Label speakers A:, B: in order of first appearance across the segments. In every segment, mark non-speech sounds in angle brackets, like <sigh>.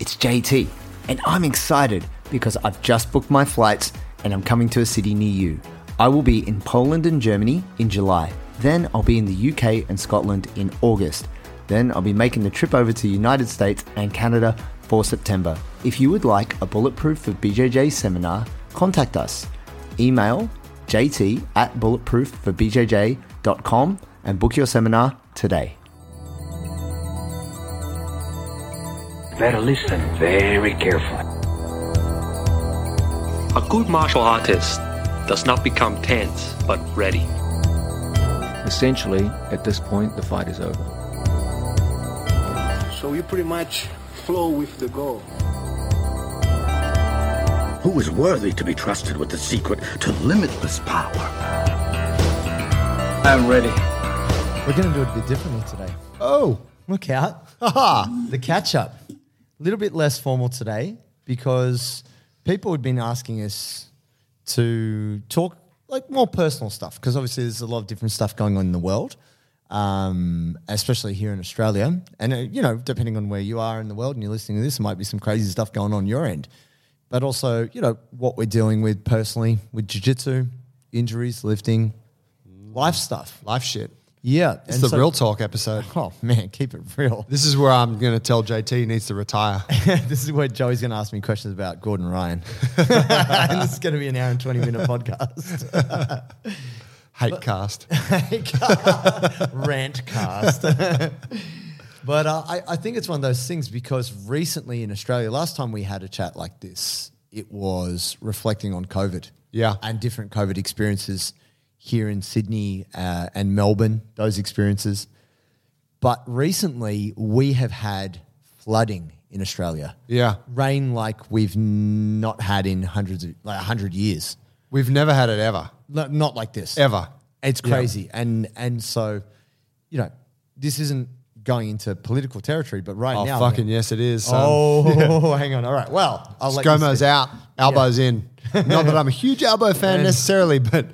A: It's JT, and I'm excited because I've just booked my flights and I'm coming to a city near you. I will be in Poland and Germany in July. Then I'll be in the UK and Scotland in August. Then I'll be making the trip over to United States and Canada for September. If you would like a Bulletproof for BJJ seminar, contact us. Email jt at bulletproofforbjj.com and book your seminar today.
B: Better listen very carefully.
C: A good martial artist does not become tense but ready.
D: Essentially, at this point, the fight is over.
E: So you pretty much flow with the goal.
F: Who is worthy to be trusted with the secret to limitless power?
D: I'm ready.
G: We're going to do it a bit differently today.
A: Oh,
G: Look out.
A: aha!
G: The catch up. A little bit less formal today because people had been asking us to talk like more personal stuff because obviously there's a lot of different stuff going on in the world, um, especially here in Australia. And, uh, you know, depending on where you are in the world and you're listening to this, there might be some crazy stuff going on your end. But also, you know, what we're dealing with personally with jiu-jitsu, injuries, lifting, life stuff,
H: Life shit.
G: Yeah,
H: It's
G: and
H: the
G: so-
H: real talk episode.
G: <laughs> Oh man, keep it real.
H: This is where I'm going to tell JT he needs to retire.
G: <laughs> this is where Joey's going to ask me questions about Gordon
H: <laughs>
G: Ryan. and this is going to be an hour and 20 minute podcast.
H: <laughs> Hate cast.
G: <laughs>
H: <laughs>
G: Rant cast. but uh, I, I think it's one of those things because recently in Australia, last time we had a chat like this, it was reflecting on COVID.
H: Yeah.
G: And different COVID experiences here in Sydney uh, and Melbourne, those experiences. But recently we have had flooding in Australia.
H: Yeah.
G: rain like we've not had in hundreds of like hundred years.
H: We've never had it ever.
G: No, not like this
H: Ever.
G: It's crazy, and and so, you know, this isn't going into political territory, but right
H: Oh,
G: now,
H: fucking yes, it is. Son. <laughs>
G: oh, <laughs> hang on, all right, well, I'll let you
H: ScoMo's
G: speak.
H: out, elbows in. Not that I'm a
G: <laughs>
H: huge elbow fan necessarily, but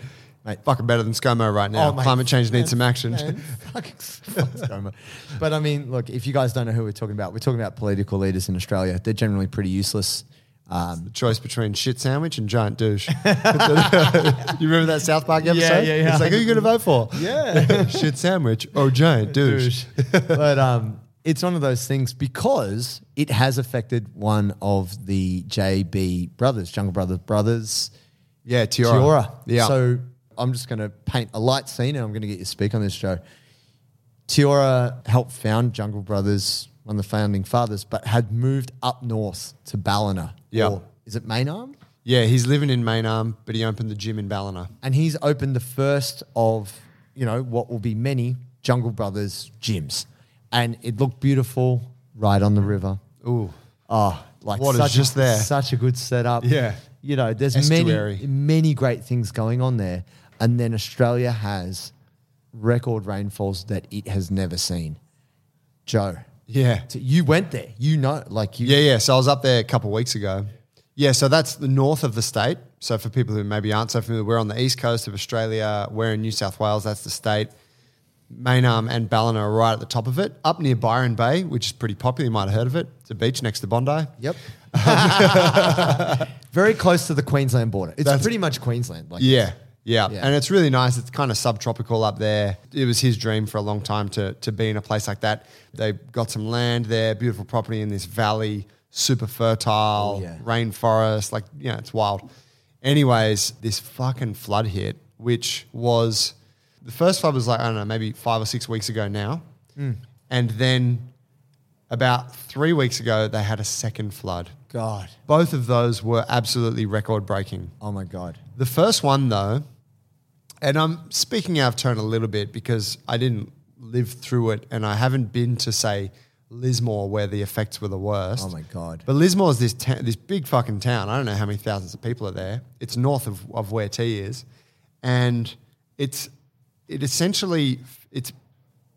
H: mate, fucking better than ScoMo right now.
G: Oh, mate.
H: Climate change needs some action.
G: <laughs> Man, fuck,
H: <laughs>
G: fuck ScoMo. but I mean, look, if you guys don't know who we're talking about, we're talking about political leaders in Australia. They're generally pretty useless. Um,
H: Choice between shit sandwich and giant
G: <laughs>
H: douche. you remember that South Park episode?
G: yeah, yeah.
H: It's like, who are you going to vote for?
G: Yeah.
H: <laughs> shit sandwich or giant douche.
G: but um, it's one of those things because it has affected one of the JB brothers, Jungle Brothers brothers,
H: Yeah, Tiora.
G: Tiora.
H: Yeah.
G: So I'm just going to paint a light scene, and I'm going to get you to speak on this show. Tiora helped found Jungle Brothers, one of the founding fathers, but had moved up north to Ballina.
H: Yeah.
G: Or Is it Mainarm?
H: yeah, he's living in Mainarm, but he opened the gym in Ballina.
G: And he's opened the first of, you know, what will be many Jungle Brothers gyms. And it looked beautiful right on the river.
H: Ooh.
G: Oh, like
H: Water's
G: such,
H: just there.
G: Such a good setup.
H: Yeah.
G: You know, there's
H: Estuary.
G: many many great things going on there. And then Australia has record rainfalls that it has never seen. Joe.
H: Yeah.
G: so you went there. You know, like you
H: Yeah, yeah. So I was up there a couple of weeks ago. Yeah, so that's the north of the state. So for people who maybe aren't so familiar, we're on the east coast of Australia. We're in New South Wales. That's the state. Mainarm and Ballina are right at the top of it, up near Byron Bay, which is pretty popular. You might have heard of it. It's a beach next to Bondi.
G: Yep. <laughs> Very close to the Queensland border. It's
H: That's-
G: pretty much Queensland. Like
H: Yeah, yeah,
G: Yeah.
H: And it's really nice. It's kind of subtropical up there. It was his dream for a long time to to be in a place like that. They got some land there, beautiful property in this valley, super fertile
G: Oh, yeah.
H: rainforest. Like you know, it's wild. Anyways, this fucking flood hit, which was the first flood was like I don't know, maybe five or six weeks ago now,
G: Hmm.
H: and then. About three weeks ago, they had a second flood.
G: God.
H: Both of those were absolutely record breaking.
G: Oh my God.
H: The first one, though, and I'm speaking out of turn a little bit because I didn't live through it and I haven't been to, say, Lismore where the effects were the worst.
G: Oh my God.
H: But Lismore is this, ta- this big fucking town. I don't know how many thousands of people are there. It's north of, of where T is. And it's it essentially it's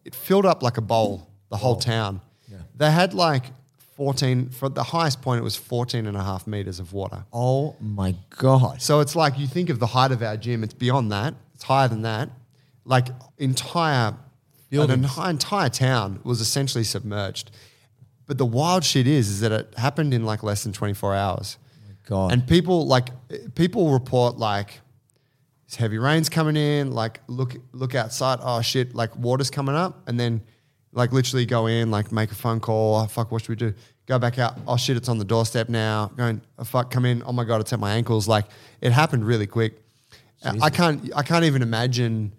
H: it filled up like a bowl, the whole town. They had like 14, for the highest point, it was 14 and a half meters of water.
G: Oh my God.
H: So it's like you think of the height of our gym, it's beyond that, it's higher than that. Like entire an
G: Buildings.
H: entire, entire town was essentially submerged. But the wild shit is, is that it happened in like less than 24 hours.
G: God.
H: And people like people report like it's heavy rains coming in, like look look outside, oh shit, like water's coming up, and then like literally go in, like make a phone call, oh, fuck, what should we do? Go back out, oh shit, it's on the doorstep now. Going, oh, fuck, come in, oh my god, it's at my ankles. Like it happened really quick. I can't I can't even imagine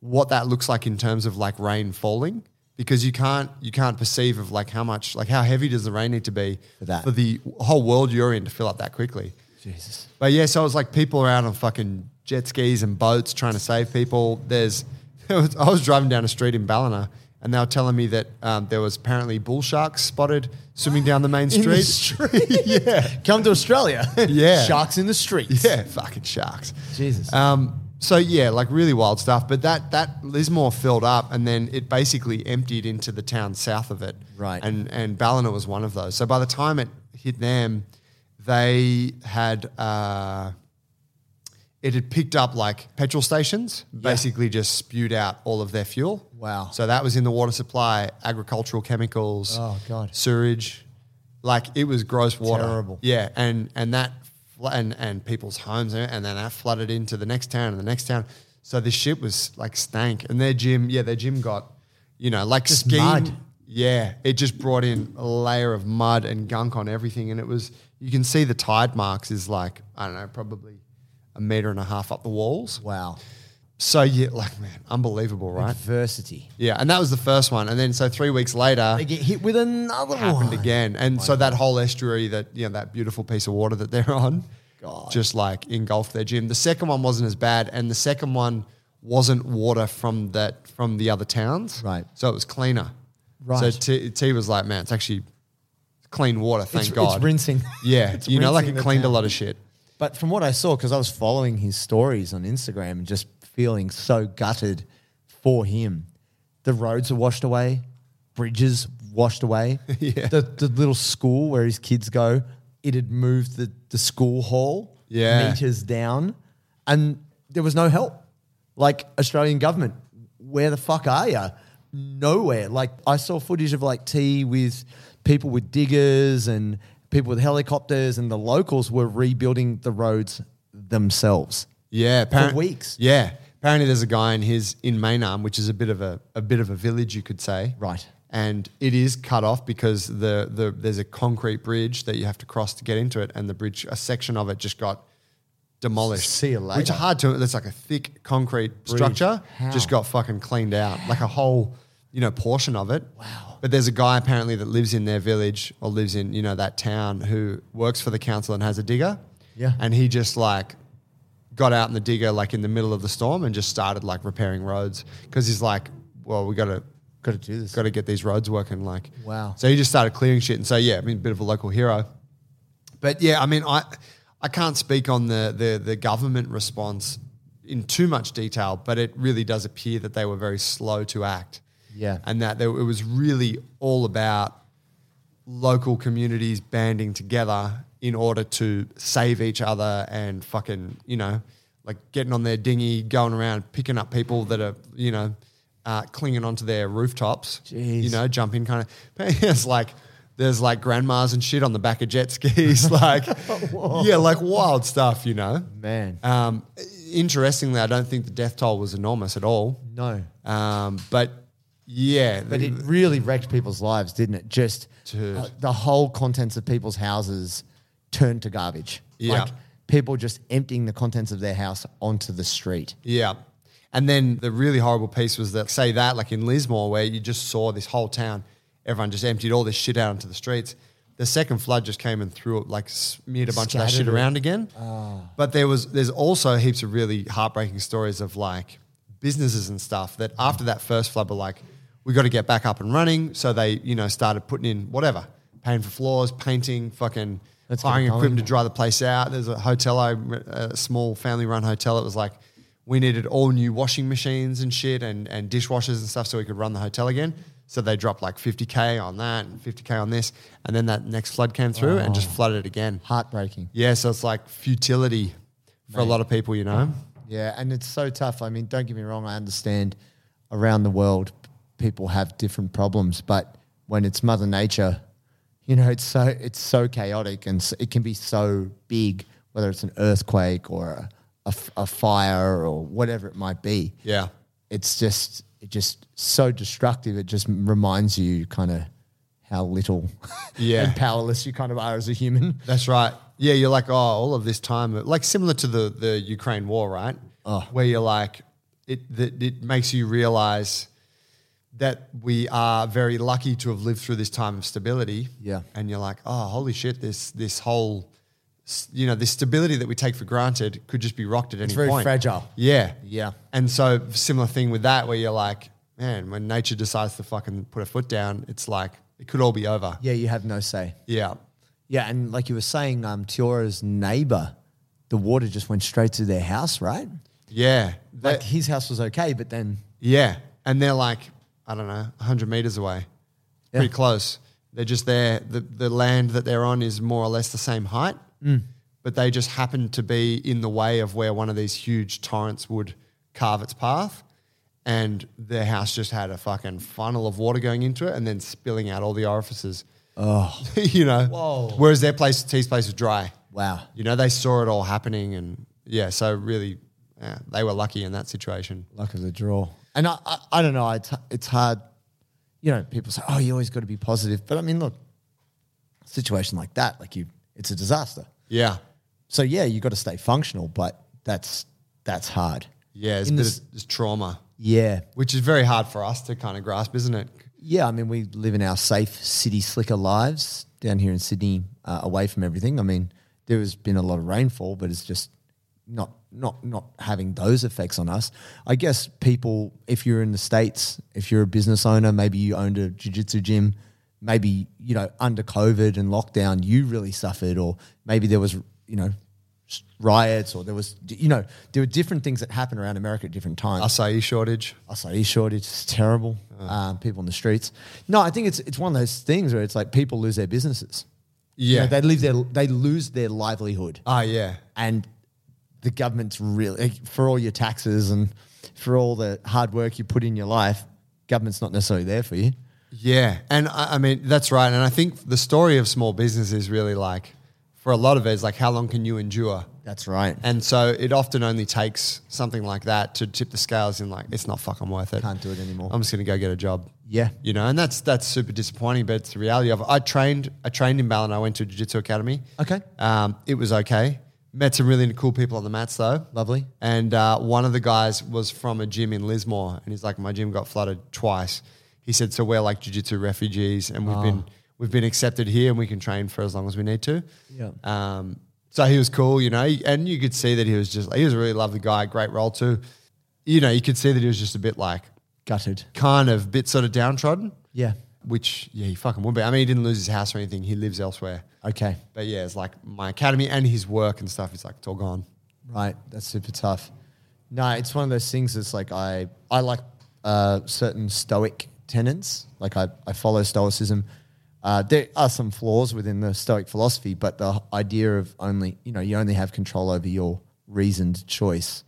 H: what that looks like in terms of like rain falling because you can't you can't perceive of like how much like how heavy does the rain need to be
G: For that.
H: for the whole world you're in to fill up that quickly.
G: Jesus.
H: But yeah, so it was like people are out on fucking jet skis and boats trying to save people. There's, <laughs> there was, I was driving down a street in Ballina and they were telling me that um, there was apparently bull sharks spotted swimming down the main
G: <laughs> In
H: street.
G: the
H: <laughs>
G: street. yeah. Come to <laughs> Australia.
H: Yeah.
G: Sharks in the streets.
H: yeah, fucking sharks.
G: Jesus.
H: Um, so yeah, like really wild stuff. But that that Lismore filled up, and then it basically emptied into the town south of it.
G: Right.
H: And and Ballina was one of those. So by the time it hit them, they had uh, it had picked up like petrol stations, basically just spewed out all of their fuel.
G: Wow.
H: So that was in the water supply, agricultural chemicals.
G: Oh, God.
H: Sewage, like it was gross water.
G: Terrible.
H: Yeah, and and that fl- and and people's homes, and and then that flooded into the next town and the next town. So this shit was like stank, and their gym, yeah, their gym got, you know, like
G: Just
H: skiing.
G: mud.
H: Yeah, it just brought in a layer of mud and gunk on everything, and it was you can see the tide marks is like I don't know, probably a meter and a half up the walls.
G: Wow.
H: So yeah, like man, unbelievable, right?
G: Adversity.
H: Yeah, and that was the first one, and then so three weeks later,
G: They get hit with another
H: happened
G: one.
H: again. And so that whole estuary, that you know, that beautiful piece of water that they're on, just like engulfed their gym. The second one wasn't as bad, and the second one wasn't water from that from the other towns,
G: Right.
H: So it was cleaner. So
G: Right.
H: T, T was like, man, it's actually clean water. Thank
G: it's,
H: God.
G: It's rinsing.
H: Yeah,
G: <laughs> It's
H: you know, like it
G: rinsing the
H: cleaned a
G: town.
H: lot of shit.
G: But from what I saw, because I was following his stories on Instagram and just feeling so gutted for him, the roads are washed away, bridges washed <laughs> away.
H: Yeah.
G: The, the little school where his kids go, it had moved the, the school hall
H: Yeah.
G: meters down, and there was no help. Like, Australian government, where the fuck are you? Nowhere. Like, I saw footage of like tea with people with diggers and people with helicopters, and the locals were rebuilding the roads themselves.
H: Yeah, apparent-
G: weeks.
H: Yeah, apparently there's a guy in his in Mainarm, which is a bit of a a bit of a village, you could say.
G: Right.
H: And it is cut off because the the there's a concrete bridge that you have to cross to get into it, and the bridge a section of it just got demolished.
G: See you
H: Which
G: later.
H: are hard to. That's like a thick concrete structure
G: How?
H: just got fucking cleaned out, like a whole you know portion of it. Wow. But there's a guy apparently that lives in their village or lives in you know that town who works for the council and has a digger.
G: Yeah.
H: And he just like got out in the digger like in the middle of the storm and just started like repairing roads because he's like, well, we got to
G: Got to do this.
H: got to get these roads working. Like,
G: Wow.
H: So he just started clearing shit, and so yeah, I mean, a bit of a local hero. But yeah, I mean, I I can't speak on the the the government response in too much detail, but it really does appear that they were very slow to act.
G: Yeah.
H: and that there, it was really all about local communities banding together in order to save each other and fucking, you know, like getting on their dinghy, going around picking up people that are, you know, uh, clinging onto their rooftops,
G: Jeez.
H: you know, jumping kind <laughs> of. It's like there's like grandmas and shit on the back of jet
G: <laughs>
H: skis, <laughs> like yeah, like wild stuff, you know.
G: Man.
H: Um, interestingly, I don't think the death toll was enormous at all.
G: no. Mm.
H: Um, but yeah,
G: But it really wrecked people's lives, didn't it? Just
H: Dude.
G: uh, the whole contents of people's houses turned to garbage.
H: Yeah.
G: Like people just emptying the contents of their house onto the street.
H: Yeah. And then the really horrible piece was that, say that, like in Lismore, where you just saw this whole town, everyone just emptied all this shit out into the streets. The second flood just came and threw it, like smeared a bunch of that
G: Scattered
H: shit
G: it. Ah.
H: around again. But there was, there's also heaps of really heartbreaking stories of like businesses and stuff that after that first flood were like, we got to get back up and running. So they, you know, started putting in whatever, paying for floors, painting, fucking
G: Let's get it
H: hiring
G: going.
H: equipment to dry the place out. There's a hotel, I, a small family run hotel. It was like we needed all new washing machines and shit and, and dishwashers and stuff so we could run the hotel again. So they dropped like 50K on that and 50K on this. And then that next flood came through and just flooded it again.
G: Heartbreaking.
H: Yeah, so it's like futility for a lot of people, you know?
G: Yeah, and it's so tough. I mean, don't get me wrong, I understand around the world people have different problems, but when it's Mother Nature You know, it's so it's so chaotic and s it can be so big, whether it's an earthquake or a, a f- a fire or whatever it might be.
H: Yeah.
G: it's just it just so destructive. It just reminds you kind of how little <laughs>
H: Yeah.
G: and powerless you kind of are as a human.
H: That's right. Yeah, you're like, oh, all of this time, like similar to the the Ukraine war, right?
G: Oh.
H: Where you're like, it that it makes you realize that we are very lucky to have lived through this time of stability.
G: Yeah.
H: and you're like, oh, holy shit, this this whole, s- you know, this stability that we take for granted could just be rocked at any
G: very
H: point.
G: fragile.
H: Yeah,
G: Yeah.
H: And so similar thing with that, where you're like, man, when nature decides to fucking put a foot down, it's like it could all be over.
G: Yeah, you have no say.
H: yeah.
G: Yeah, and like you were saying, um, Tiora's neighbor, the water just went straight to their house, right?
H: Yeah. They-
G: Like his house was okay, but then
H: yeah. And they're like, I don't know, 100 meters away.
G: Yeah.
H: Pretty close. They're just there. The, the land that they're on is more or less the same height,
G: Mm.
H: but they just happen to be in the way of where one of these huge torrents would carve its path. And their house just had a fucking funnel of water going into it and then spilling out all the orifices. Oh. <laughs> you know? Whoa. Whereas their place, T's place was dry.
G: wow,
H: You know, they saw it all happening, and yeah, so really, yeah, they were lucky in that situation.
G: luck of the draw. And I, I, I don't know. It's, it's hard. You know, people say, "Oh, you always got to be positive," but I mean, look, a situation like that, like you, it's a disaster.
H: Yeah,
G: So yeah, you got to stay functional, but that's that's hard.
H: yeah, it's, a
G: In
H: bit
G: this-
H: of, it's trauma,
G: Yeah,
H: which is very hard for us to kind of grasp, isn't it?
G: Yeah, I mean, we live in our safe city slicker lives down here in Sydney, uh, away from everything. I mean, there has been a lot of rainfall, but it's just not not not having those effects on us. I guess people, if you're in the states, if you're a business owner, maybe you owned a jiu-jitsu gym, maybe you know under COVID and lockdown, you really suffered, or maybe there was you know s- riots, or there was you know there were different things that happened around America at different times
H: Acai shortage.
G: acai shortage is terrible. Um, people in the streets. No, I think it's it's one of those things where it's like people lose their businesses. You
H: Yeah.
G: know, they leave their they lose their livelihood,
H: Ah, yeah,
G: and the government's really like, for all your taxes and for all the hard work you put in your life. Government's not necessarily there for you.
H: yeah, and I, I mean that's right. And I think the story of small business is really like, for a lot of it, is like how long can you endure?
G: That's right.
H: And so it often only takes something like that to tip the scales in like it's not fucking worth it.
G: Can't do it anymore.
H: I'm just gonna go get a job.
G: Yeah.
H: You know, and that's that's super disappointing, but it's the reality of it. I trained I trained in Ballin, I went to a jiu-jitsu academy.
G: Okay.
H: Um, it was okay. Met some really cool people on the mats though.
G: Lovely.
H: And uh, one of the guys was from a gym in Lismore and he's like, My gym got flooded twice. He said, So we're like jiu-jitsu refugees and we've
G: Ah.
H: been we've been accepted here and we can train for as long as we need to.
G: Yeah.
H: Um, so he was cool, you know, and you could see that he was just, he was a really lovely guy, great role too. You know, you could see that he was just a bit like,
G: Gutted.
H: kind of bit sort of downtrodden.
G: Yeah.
H: Which, yeah, he fucking would be. I mean, he didn't lose his house or anything. He lives elsewhere.
G: Okay.
H: But yeah, it's like my academy and his work and stuff. It's like, it's all gone.
G: Right, that's super tough. No, it's one of those things that's like I I like uh, certain Stoic tenets. Like I, I follow Stoicism. Uh, there are some flaws within the Stoic philosophy, but the idea of only you know you only have control over your reasoned choice,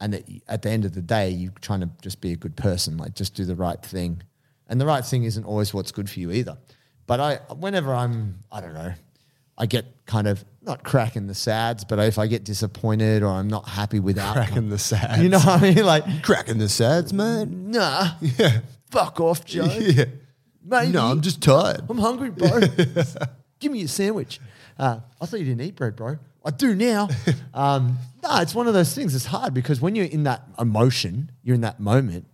G: and that y- at the end of the day you're trying to just be a good person, like just do the right thing, and the right thing isn't always what's good for you either. But I, whenever I'm, I don't know, I get kind of not cracking the sads, but if I get disappointed or I'm not happy with
H: Cracking the sads.
G: you know what I mean? Like,
H: Cracking the sads, <laughs> man.
G: nah, yeah, fuck off, Joe.
H: <laughs> Yeah.
G: Maybe.
H: No, I'm just tired.
G: <laughs> I'm hungry, bro. Give me a sandwich. Uh, I thought you didn't eat bread, bro. I do now. um, no, it's one of those things. It's hard because when you're in that emotion, you're in that moment.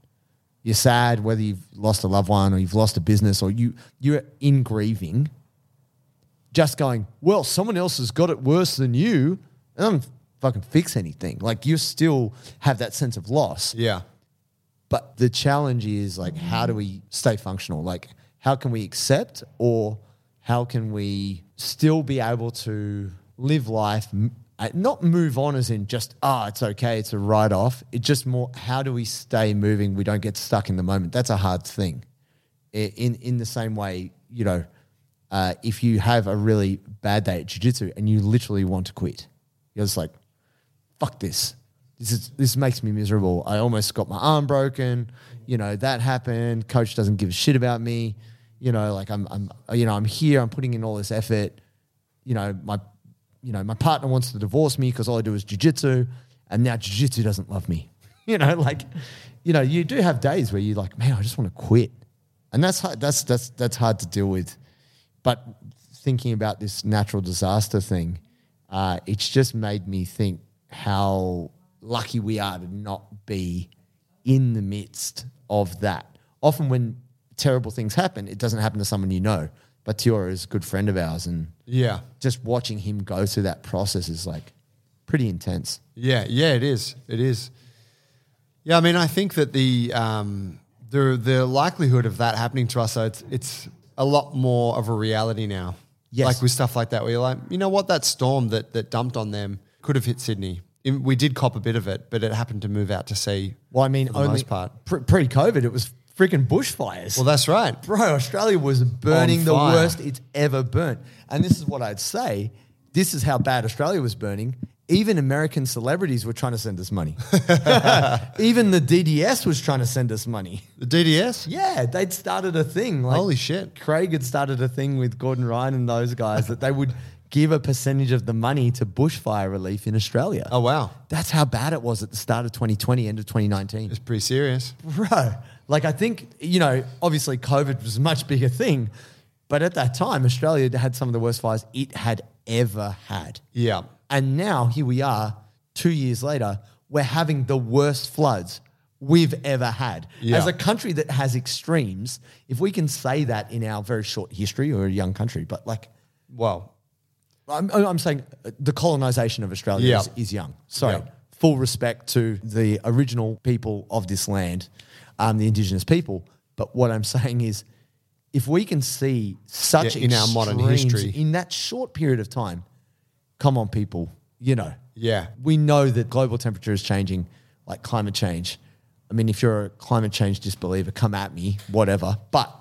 G: You're sad, whether you've lost a loved one or you've lost a business or you you're in grieving. Just going, well, someone else has got it worse than you, and I'm fucking fix anything. Like you still have that sense of loss.
H: Yeah.
G: But the challenge is like, how do we stay functional? Like, how can we accept or how can we still be able to live life, m- uh, not move on as in just, ah, it's okay, it's a write off. It just more, how do we stay moving? We don't get stuck in the moment. That's a hard thing. I- In, in the same way, you know, uh, if you have a really bad day at jujitsu and you literally want to quit, you're just like, fuck this. This is this makes me miserable. I almost got my arm broken. You know that happened. Coach doesn't give a shit about me. you know, like I'm, I'm, you know, I'm here, I'm putting in all this effort. You know, my, you know, my partner wants to divorce me because all I do is jujitsu, and now jujitsu doesn't love me. <laughs> You know, like, you know, you do have days where you're like, man, I just want to quit, and that's hard, that's that's that's hard to deal with. But thinking about this natural disaster thing, uh, it's just made me think how lucky we are to not be in the midst of that. Often, when terrible things happen, it doesn't happen to someone you know. But Tiora is a good friend of ours, and
H: Yeah.
G: just watching him go through that process is like pretty intense.
H: Yeah, yeah, it is. It is. Yeah, I mean, I think that the um, the the likelihood of that happening to us, so it's it's a lot more of a reality now.
G: Yes.
H: like with stuff like that, where you're like, you know what, that storm that that dumped on them could have hit Sydney. In- We did cop a bit of it, but it happened to move out to sea.
G: Well, I mean,
H: for the
G: only
H: most part.
G: pre- pre-COVID, it was freaking bushfires.
H: Well, that's right.
G: bro, Australia was burning
H: On
G: the
H: fire.
G: worst it's ever burnt. And this is what I'd say. This is how bad Australia was burning. Even American celebrities were trying to send us
H: <laughs>
G: money. Even the DDS was trying to send us money.
H: The DDS.
G: Yeah, they'd started a thing. Like
H: Holy shit.
G: Craig had started a thing with Gordon Ryan and those guys that they would give a percentage of the money to bushfire relief in Australia.
H: Oh wow,
G: That's how bad it was at the start of 2020, end of 2019
H: it's pretty serious.
G: <laughs> bro. Like I think you know, obviously COVID was a much bigger thing, but at that time Australia had some of the worst fires it had ever had.
H: Yeah.
G: And now here we are, two years later, we're having the worst floods we've ever had.
H: Yeah.
G: As a country that has extremes, if we can say that in our very short history, or a young country, but like
H: Well,
G: I'm, I'm saying uh, the colonization of Australia
H: Yeah.
G: is, is young. Sorry.
H: Yeah.
G: Full respect to the original people of this land, um, the indigenous people. But what I'm <laughs> saying is, if we can see such
H: Yeah, in our modern
G: extremes
H: history.
G: in that short period of time, come on, people, you know,
H: Yeah.
G: we know that global temperature is changing, like climate change. I mean, if you're a climate change disbeliever, come at me, whatever. But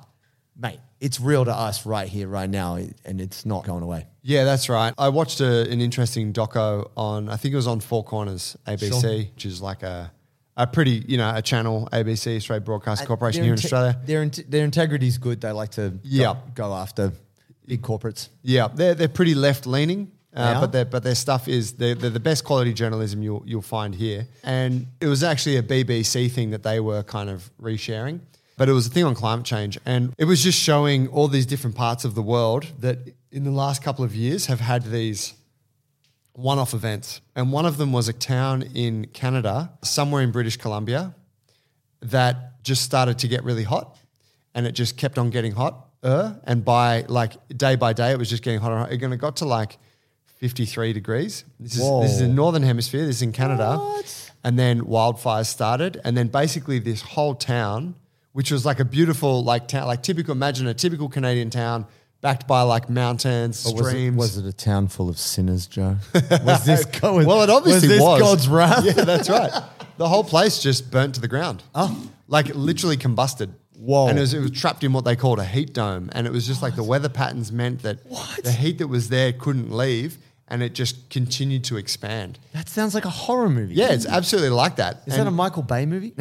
G: mate, it's real to us right here, right now, and it's not going away.
H: Yeah, that's right. I watched a, an interesting doco on, I think it was on Four Corners ABC, which is like a, a pretty, you know, a channel, ABC, Australia Broadcast Corporation
G: Their
H: here in
G: inte-
H: Australia.
G: Their inte- their integrity's good. They like to go-
H: Yeah.
G: go, after big corporates.
H: Yeah, they're, they're pretty left leaning,
G: They
H: uh,
G: are?
H: but, their, but their stuff is, they're, they're the best quality journalism you'll, you'll find here. And it was actually a BBC thing that they were kind of resharing. But it was a thing on climate change. And it was just showing all these different parts of the world that in the last couple of years have had these one off events. And one of them was a town in Canada, somewhere in British Columbia, that just started to get really hot and it just kept on getting hot. And by like day by day, it was just getting hotter. and hotter. It kinda got to like 53 degrees. This is, this is in
G: Whoa.
H: Northern Hemisphere, this is in Canada. And then wildfires started. And then basically, this whole town, which was like a beautiful, like town, like typical, imagine a typical Canadian town backed by like mountains,
G: Was it,
H: streams.
G: was it a town full of sinners, <laughs> Joe? Was this going?
H: Well, it obviously
G: was. This
H: was.
G: God's wrath.
H: Yeah, <laughs> that's right. The whole place just burnt to the ground. Oh. Like it literally combusted.
G: Whoa.
H: And it was, it was trapped in what they called a heat dome. And it was just like the weather patterns meant that the heat that was there couldn't leave and it just continued to expand.
G: That sounds like a horror movie.
H: Yeah, it's absolutely like that.
G: Is
H: and,
G: that a Michael Bay <laughs> movie?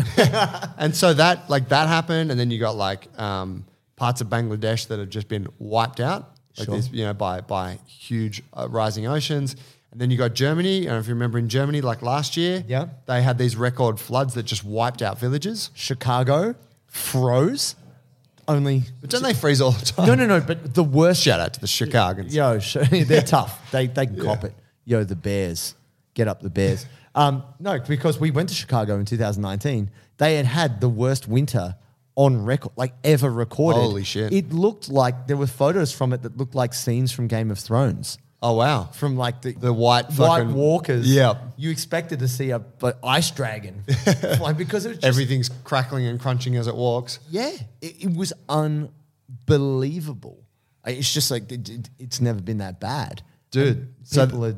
H: and so that like that happened, and then you got like um, parts of Bangladesh that have just been wiped out, like
G: Sure.
H: this, you know, by by huge uh, rising oceens. And then you got Germany. I don't know if you remember in Germany, like last year,
G: Yeah.
H: they had these record floods that just wiped out villages.
G: Chicago froze. Only
H: But don't they freeze all the time?
G: no, no, no. But the worst
H: Shout out to the Chicagoans.
G: Yo, <laughs> sh- they're tough. They they can cop it. Yo, the Bears, get up the Bears. Um, no, because we went to Chicago in 2019. They had had the worst winter on record, like ever recorded.
H: Holy shit.
G: It looked like there were photos from it that looked like scenes from Game of Thrones.
H: Oh wow.
G: From like the,
H: The white
G: white
H: fucking-
G: walkers,
H: Yep.
G: You expected to see a but ice
H: <laughs>
G: dragon, like because it was just
H: Everything's crackling and crunching as it walks.
G: yeah, it, it was unbelievable. I- It's just like it, it- it's never been that bad,
H: Dude,
G: And
H: so-
G: people are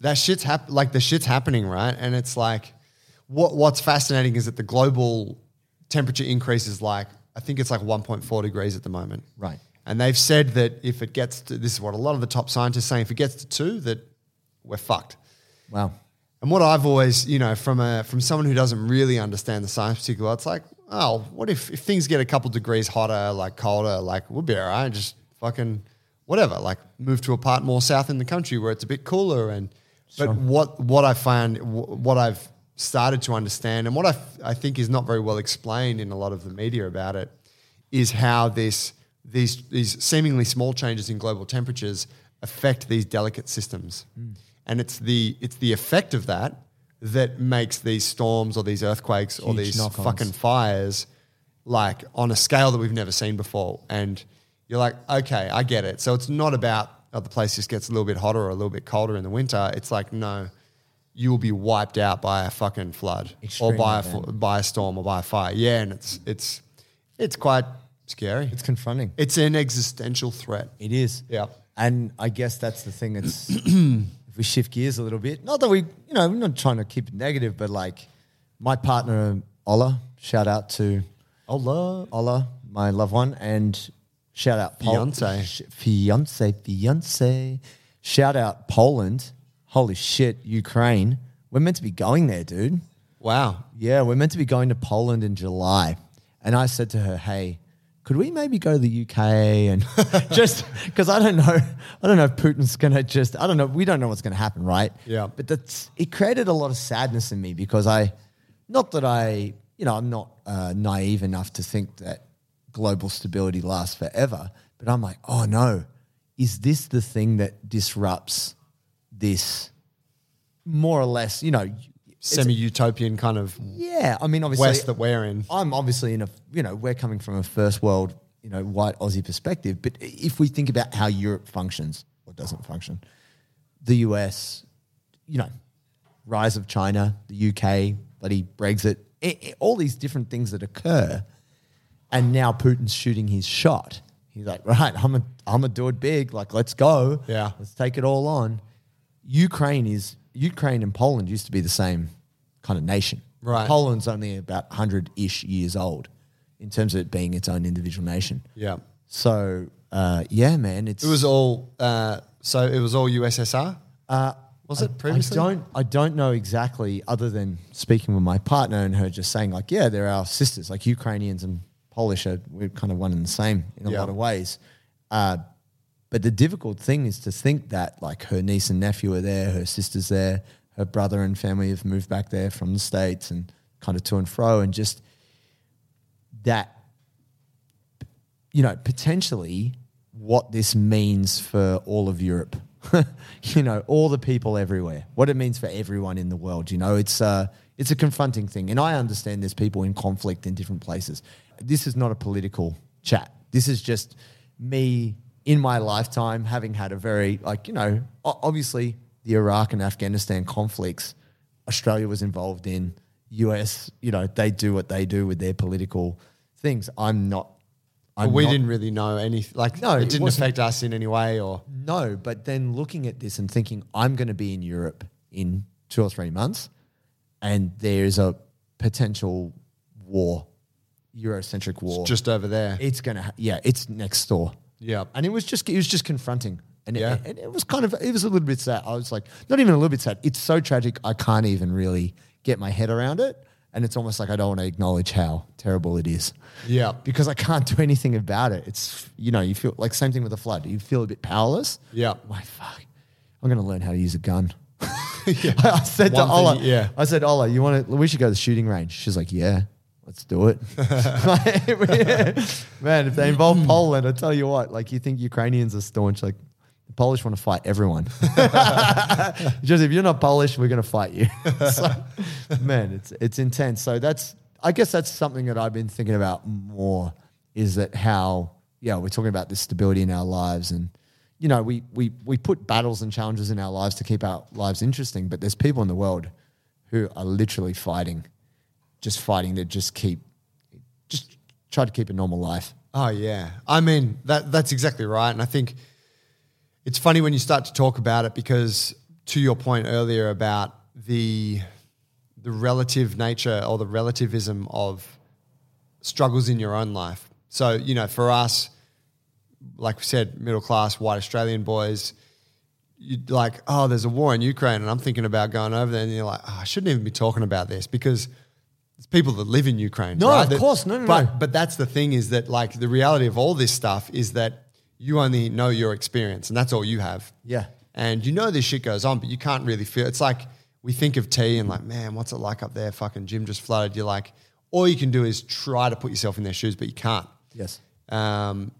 H: that shit's hap- like the shit's happening, right? And it's like what what's fascinating is that the global temperature increase is like I think it's like 1.4 degrees at the moment.
G: Right.
H: And they've said that if it gets to this is what a lot of the top scientists are saying if it gets to 2 that we're fucked.
G: wow.
H: And what I've always, you know, from a from someone who doesn't really understand the science particularly, well, it's like, oh, what if, if things get a couple degrees hotter, like colder, like we'll be all right, just fucking whatever, like move to a part more south in the country where it's a bit cooler. And but what what I find, wh- what I've started to understand, and what I f- I think is not very well explained in a lot of the media about it, is how this these these seemingly small changes in global temperatures affect these delicate systems,
G: Hmm.
H: and it's the it's the effect of that that makes these storms or these earthquakes or
G: Huge
H: these
G: knock-ons.
H: fucking fires like on a scale that we've never seen before, and you're like, okay, I get it. So it's not about oh, the place just gets a little bit hotter or a little bit colder in the winter. It's like no. You will be wiped out by a fucking flood, or
G: Extreme
H: by a
G: event.
H: fl- by a storm, or by a fire. Yeah, and it's it's it's quite scary.
G: It's confronting.
H: It's an existential threat.
G: It is.
H: Yeah.
G: And I guess that's the thing <clears throat> that's if we shift gears a little bit. Not that we you know, we're not trying to keep it negative, but like my partner Ola, shout out to Ola Ola, my loved one, and shout out
H: Fiancé.
G: Sh- fiance, fiance. Shout out Poland. Holy shit, Ukraine. We're meant to be going there, dude.
H: Wow.
G: Yeah, we're meant to be going to Poland in July. And I said to her, hey, could we maybe go to the UK and <laughs> just because I don't know, I don't know if Putin's gonna just, I don't know, we don't know what's gonna happen, right?
H: Yeah.
G: But that's it created a lot of sadness in me because I, not that I, you know, I'm not uh, naive enough to think that global stability lasts forever, but I'm like, oh no, is this the thing that disrupts this more or less, you know? it's-
H: Semi-utopian kind of
G: yeah, I mean, obviously,
H: West that we're in.
G: I'm obviously in a, you know, we're coming from a first world, you know, white Aussie perspective. But if we think about how Europe functions or doesn't function, the US, you know, rise of China, the UK, bloody Brexit, i i all these different things that occur, and now Putin's shooting his shot. He's like, right, I'm a, I'm gonna do it big. Like, let's go.
H: Yeah.
G: let's take it all on. Ukraine is Ukraine and Poland used to be the same kind of nation.
H: Right.
G: Poland's only about hundred ish years old in terms of it being its own individual nation.
H: yeah.
G: So uh, yeah, man, it's
H: It was all uh, so it was all USSR.
G: uh,
H: Was
G: I-
H: it previously?
G: I don't. I don't know exactly. Other than speaking with my partner and her just saying like, yeah, they're our sisters. Like Ukrainians and Polish are we're kind of one and the same in a
H: Yeah.
G: lot of ways. Uh, but the difficult thing is to think that like her niece and nephew are there, her sisters there, her brother and family have moved back there from the states and kind of to and fro, and just that you know, potentially what this means for all of Europe, <laughs> you know, all the people everywhere, what it means for everyone in the world. You know, it's a, it's a confronting thing. And I understand there's people in conflict in different places. This is not a political chat. This is just me in my lifetime having had a very, like, you know, o- obviously the Iraq and Afghanistan conflicts Australia was involved in. US, you know, they do what they do with their political things. I'm not.
H: But
G: I'm
H: we
G: not-
H: didn't really know anything. Like
G: No,
H: no,
G: it
H: it didn't
G: wasn't-
H: affect us in any way. Or
G: No, but then looking at this and thinking, I'm going to be in Europe in two or three months, and there's a potential war, Eurocentric war.
H: just over there.
G: it's gonna, ha- yeah, it's next door.
H: Yeah.
G: and it was just, it was just confronting, and
H: Yeah.
G: it, and it was kind of, it was a little bit sad. I was like, not even a little bit sad. It's so tragic, I can't even really get my head around it, and it's almost like I don't want to acknowledge how terrible it is <laughs>
H: Yeah.
G: because I can't do anything about it. It's you know you feel like same thing with a flood. You feel a bit powerless.
H: Yeah.
G: I'm like fuck, I'm gonna learn how to use a gun. <laughs> I said
H: One
G: to
H: thing,
G: Ola,
H: yeah.
G: I said Ola, you want to? We should go to the shooting range. She's like, yeah, let's do it. <laughs> Man, if they involve
H: Mm.
G: Poland, I tell you what, like you think Ukrainians are staunch, like. The Polish want to fight everyone. <laughs> Just if you're not Polish, we're going to fight you. <laughs> so, man, it's it's intense. So that's I guess that's something that I've been thinking about more is that how yeah we're talking about this stability in our lives and you know we we we put battles and challenges in our lives to keep our lives interesting, but there's people in the world who are literally fighting, just fighting to just keep just try to keep a normal life.
H: Oh yeah. I mean that that's exactly right. And I think it's funny when you start to talk about it because to your point earlier about the the relative nature or the relativism of struggles in your own life. So, you know, for us, like we said, middle class white Australian boys, you like, oh, there's a war in Ukraine, and I'm thinking about going over there, and you're like, oh, I shouldn't even be talking about this because it's people that live in Ukraine.
G: No,
H: right?
G: of
H: That-
G: course. No, no,
H: but,
G: no.
H: But that's the thing is that like the reality of all this stuff is that you only know your experience, and that's all you have.
G: Yeah.
H: And you know this shit goes on, but you can't really feel. It's like we think of tea and like, man, what's it like up there? Fucking gym just flooded. You're like, all you can do is try to put yourself in their shoes, but you can't
G: Yes.
H: um,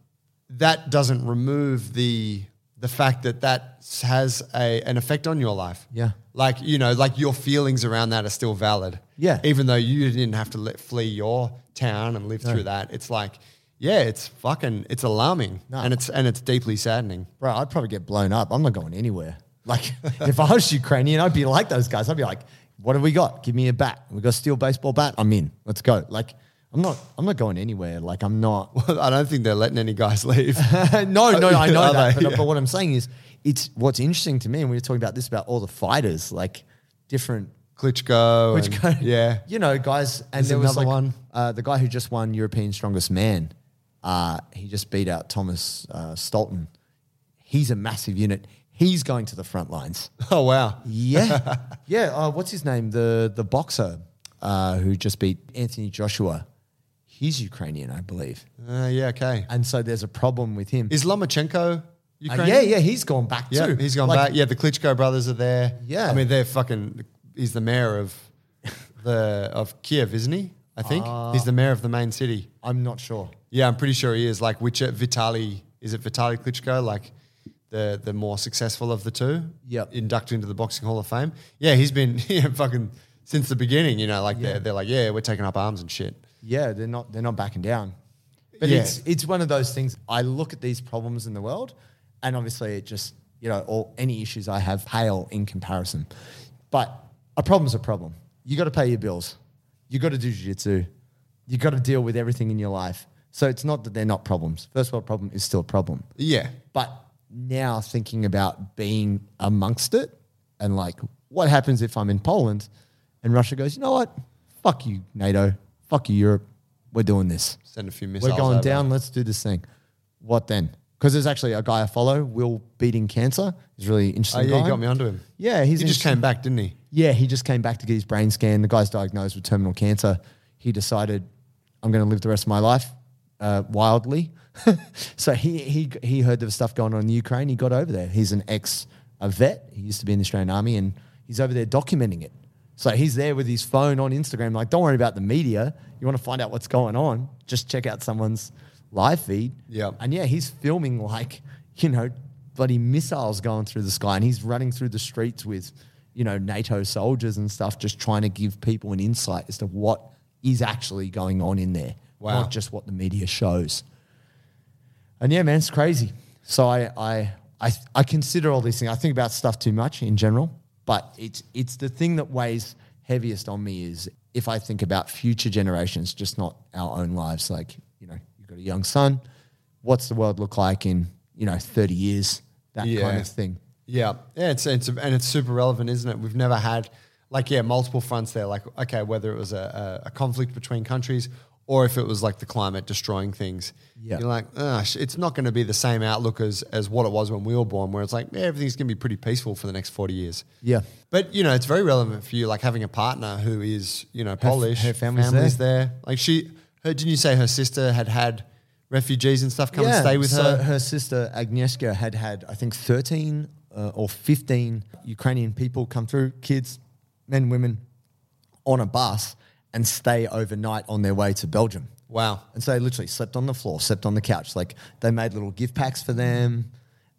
H: that doesn't remove the the fact that that has a an effect on your life.
G: Yeah.
H: like you know, like your feelings around that are still valid.
G: Yeah.
H: even though you didn't have to let, flee your town and live through that, it's like, yeah, it's fucking, it's alarming,
G: No.
H: and it's and it's deeply saddening. <laughs>
G: Bro, I'd probably get blown up. I'm not going anywhere. Like, <laughs> if I was Ukrainian, I'd be like those guys. I'd be like, what have we got? Give me a bat. We got a steel baseball bat. I'm in. Let's go. Like, I'm not, I'm not going anywhere. Like, I'm not. <laughs>
H: I don't think they're letting any guys <laughs> leave.
G: no, no, I know
H: <laughs>
G: that.
H: Are they?
G: But,
H: Yeah.
G: but what I'm saying is, it's what's interesting to me, and we were talking about this about all the fighters, like different.
H: Klitschko,
G: Which
H: and-
G: guy- <laughs>
H: yeah,
G: you know, guys. And
H: There's
G: there was
H: another
G: like,
H: one.
G: uh, the guy who just won European Strongest Man. Uh, he just beat out Thomas uh, Stolten. He's a massive unit. He's going to the front lines.
H: oh wow, <laughs>
G: Yeah, yeah. Uh, what's his name? The the boxer uh, who just beat Anthony Joshua. He's Ukrainian, I believe.
H: uh, yeah, okay.
G: And so there's a problem with him.
H: Is Lomachenko
G: Uh,
H: Ukrainian?
G: yeah, yeah, he's gone back
H: Yeah,
G: too.
H: he's gone
G: Like,
H: back. Yeah, the Klitschko brothers are there.
G: Yeah.
H: I mean they're fucking. He's the mayor
G: <laughs>
H: of the of Kiev, isn't he? I think
G: Ah.
H: he's the mayor of the main city.
G: I'm not sure.
H: Yeah, I'm pretty sure he is. Like which uh, Vitali is it? Vitali Klitschko, like the the more successful of the two.
G: Yep.
H: inducted into the boxing hall of fame. Yeah, he's been <laughs> yeah, fucking since the beginning. You know, like they're they're like yeah, we're taking up arms and shit.
G: Yeah, they're not they're not backing down. But
H: Yeah.
G: it's it's one of those things. I look at these problems in the world, and obviously it just you know all any issues I have pale in comparison. But a problem's a problem. You got to pay your bills. You got to do jujitsu. You got to deal with everything in your life. So it's not that they're not problems. First world problem is still a problem.
H: Yeah,
G: But now thinking about being amongst it and like what happens if I'm in Poland and Russia goes, you know what? Fuck you, NATO. Fuck you, Europe. We're doing this.
H: send a few missiles.
G: We're going
H: over.
G: down. Let's do this thing. What then? Because there's actually a guy I follow, Will Beating Cancer. He's a really
H: Oh
G: interesting.
H: yeah,
G: guy.
H: you got me onto him.
G: Yeah, he's
H: he just
G: interesting.
H: came back, didn't he?
G: Yeah, he just came back to get his brain scanned. The guy's diagnosed with terminal cancer. He decided, I'm going to live the rest of my life uh, wildly. <laughs> so he, he, he heard there was stuff going on in Ukraine. He got over there. He's an ex a vet. He used to be in the Australian Army and he's over there documenting it. So he's there with his phone on Instagram, like, don't worry about the media. You want to find out what's going on, just check out someone's live feed.
H: Yeah.
G: And yeah, he's filming like, you know, bloody missiles going through the sky and he's running through the streets with, you know, NATO soldiers and stuff, just trying to give people an insight as to what is actually going on in there.
H: Wow.
G: Not just what the media shows. And yeah, man, it's crazy. So I, I, I, I consider all these things. I think about stuff too much in general, but it's, it's the thing that weighs heaviest on me is if I think about future generations, just not our own lives. Like, you know, you've got a young son. What's the world look like in, you know, 30 years? That
H: Yeah.
G: kind of thing.
H: Yeah, yeah, it's, it's and it's super relevant, isn't it? We've never had like yeah multiple fronts there. Like okay, whether it was a, a, a conflict between countries or if it was like the climate destroying things.
G: Yeah.
H: you're like, "Ugh, sh- it's not going to be the same outlook as as what it was when we were born, where it's like yeah, everything's going to be pretty peaceful for the next forty years.
G: Yeah.
H: but you know, it's very relevant for you, like having a partner who is you know Polish,
G: her family's
H: there. Like she, her, didn't you say her sister had had refugees and stuff come
G: yeah.
H: and stay with
G: so
H: her?
G: Her sister Agnieszka had had, I think, 13 uh, or 15 Ukrainian people come through, kids, men, women, on a bus and stay overnight on their way to Belgium.
H: Wow.
G: And so they literally slept on the floor, slept on the couch. Like they made little gift packs for them.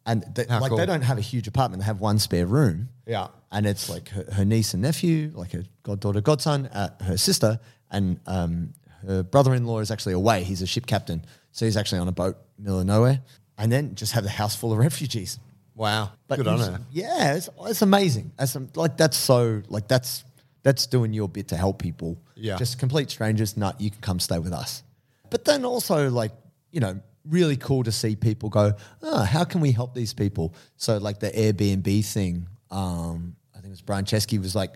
G: And they,
H: How
G: like
H: cool.
G: they don't have a huge apartment, they have one spare room.
H: Yeah.
G: And it's like her, her niece and nephew, like her goddaughter, godson, uh, her sister, and um, her brother in law is actually away. He's a ship captain. So he's actually on a boat, middle of nowhere. And then just have the house full of <laughs> refugees.
H: Wow,
G: But
H: good on
G: it's-
H: her.
G: Yeah, it's, it's amazing. That's um, like that's so like that's that's doing your bit to help people.
H: Yeah.
G: just complete strangers. Nut, you can come stay with us. But then also like you know really cool to see people go. Oh, how can we help these people? So like the Airbnb thing. Um, I think it was Brian Chesky was like,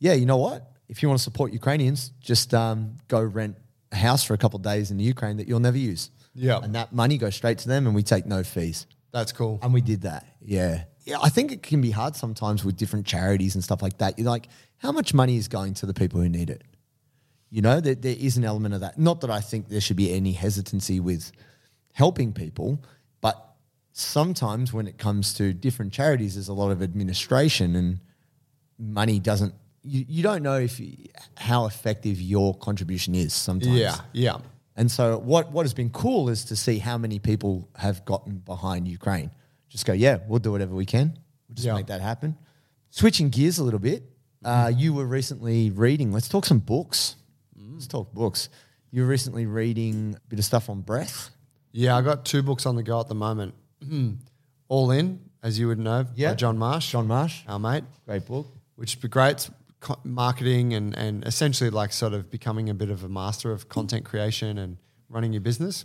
G: yeah, you know what? If you want to support Ukrainians, just um, go rent a house for a couple of days in the Ukraine that you'll never use.
H: Yeah.
G: and that money goes straight to them, and we take no fees.
H: That's cool.
G: And we did that. Yeah. yeah, I think it can be hard sometimes with different charities and stuff like that. You're like, how much money is going to the people who need it? You know, there, there is an element of that. Not that I think there should be any hesitancy with helping people, but sometimes when it comes to different charities, there's a lot of administration and money doesn't. You, you don't know if you, how effective your contribution is sometimes.
H: Yeah, yeah.
G: And so what what has been cool is to see how many people have gotten behind Ukraine. Just go, yeah, we'll do whatever we can. We'll just
H: Yeah.
G: make that happen. Switching gears a little bit, uh, you were recently reading. Let's talk some books. Let's talk books. You were recently reading a bit of stuff on breath.
H: Yeah, I got two books on the go at the moment. Hmm. All in, as you would know,
G: Yeah.
H: by John Marsh.
G: John Marsh.
H: our mate,
G: Great book.
H: which would be great. It's co- marketing and and essentially like sort of becoming a bit of a master of content creation and running your business.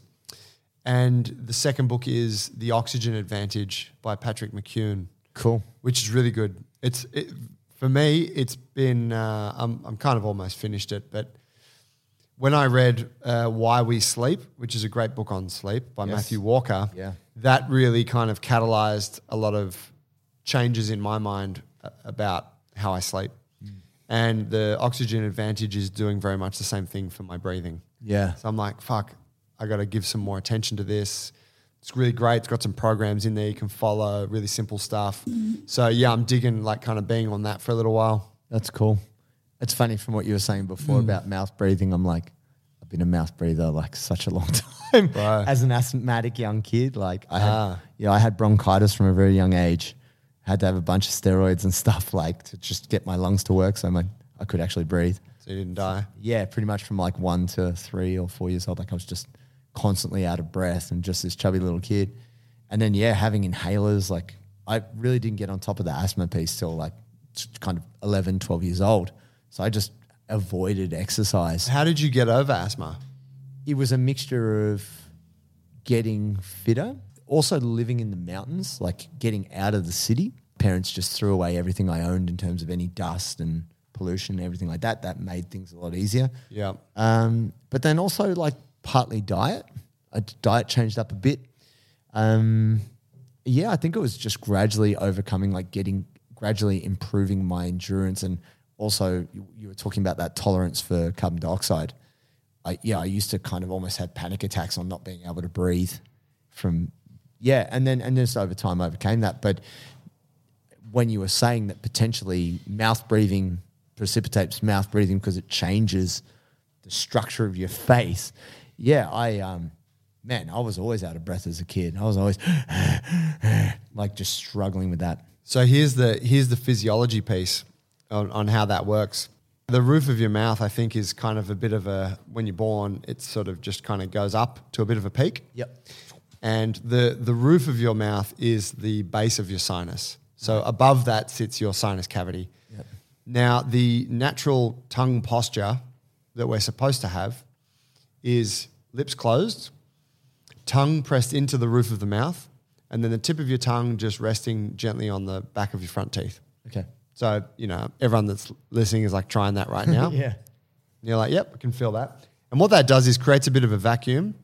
H: And the second book is The Oxygen Advantage by Patrick McCune.
G: Cool.
H: which is really good. It's it, for me. It's been uh, I'm I'm kind of almost finished it, but when I read uh, Why We Sleep, which is a great book on sleep by Matthew Walker,
G: Yeah.
H: that really kind of catalyzed a lot of changes in my mind a- about how I sleep. And the oxygen advantage is doing very much the same thing for my breathing.
G: Yeah.
H: So I'm like, fuck, I got to give some more attention to this. It's really great. It's got some programs in there you can follow, really simple stuff. So yeah, I'm digging like kind of being on that for a little while.
G: That's cool. Hmm. It's funny from what you were saying before about mouth breathing. I'm like, I've been a mouth breather like such a long <laughs> time.
H: Bro.
G: As an asthmatic young kid, like I had, yeah, I had bronchitis from a very young age. Had to have a bunch of steroids and stuff like to just get my lungs to work so my, I could actually breathe.
H: So you didn't die.
G: Yeah, pretty much from like one to three or four years old. Like I was just constantly out of breath and just this chubby little kid. And then, yeah, having inhalers, like I really didn't get on top of the asthma piece till like t- kind of 11, 12 years old. So I just avoided exercise.
H: How did you get over asthma?
G: It was a mixture of getting fitter, also living in the mountains, like getting out of the city. Parents just threw away everything I owned in terms of any dust and pollution and everything like that. That made things a lot easier.
H: Yeah.
G: Um, but then also like partly diet. I diet changed up a bit. Um, yeah, I think it was just gradually overcoming, like getting gradually improving my endurance, and also you, you were talking about that tolerance for carbon dioxide. I, yeah, I used to kind of almost have panic attacks on not being able to breathe from yeah, and then and just over time I overcame that. But when you were saying that potentially mouth breathing precipitates mouth breathing because it changes the structure of your face. Yeah, I um man, I was always out of breath as a kid. I was always <sighs> like just struggling with that.
H: So here's the here's the physiology piece on, on how that works. The roof of your mouth, I think, is kind of a bit of a when you're born, it sort of just kind of goes up to a bit of a peak.
G: Yep.
H: And the the roof of your mouth is the base of your sinus. So above that sits your sinus cavity. Now the natural tongue posture that we're supposed to have is lips closed, tongue pressed into the roof of the mouth, and then the tip of your tongue just resting gently on the back of your front teeth.
G: Okay.
H: So, you know, everyone that's listening is like trying that right now.
G: Yeah.
H: And you're like, yep, I can feel that. And what that does is creates a bit of a vacuum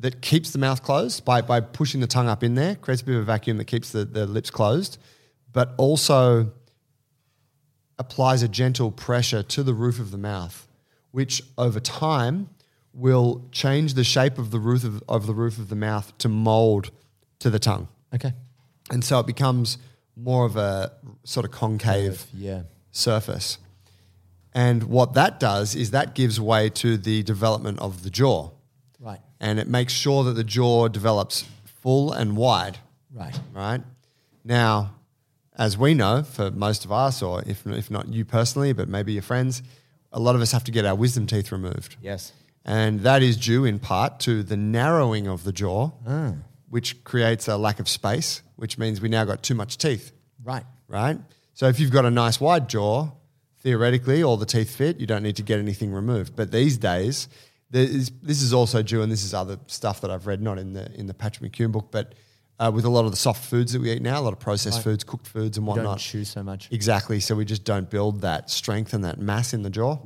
H: that keeps the mouth closed by, by pushing the tongue up in there, creates a bit of a vacuum that keeps the, the lips closed, but also applies a gentle pressure to the roof of the mouth, which over time will change the shape of the roof of, of the roof of the mouth to mold to the tongue.
G: Okay.
H: And so it becomes more of a sort of concave
G: Yeah.
H: surface. And what that does is that gives way to the development of the jaw.
G: Right.
H: And it makes sure that the jaw develops full and wide,
G: Right.
H: right? Now, as we know, for most of us, or if, if not you personally, but maybe your friends, a lot of us have to get our wisdom teeth removed.
G: Yes.
H: And that is due in part to the narrowing of the jaw,
G: Ah.
H: which creates a lack of space, which means we now got too much teeth
G: Right.
H: right? So if you've got a nice wide jaw, theoretically, all the teeth fit, you don't need to get anything removed. But these days, there is, this is also due, and this is other stuff that I've read, not in the in the Patrick McCune book, but uh, with a lot of the soft foods that we eat now, a lot of processed foods, cooked foods, and
G: Don't
H: whatnot.
G: chew so much.
H: Exactly. So we just don't build that strength and that mass in the jaw.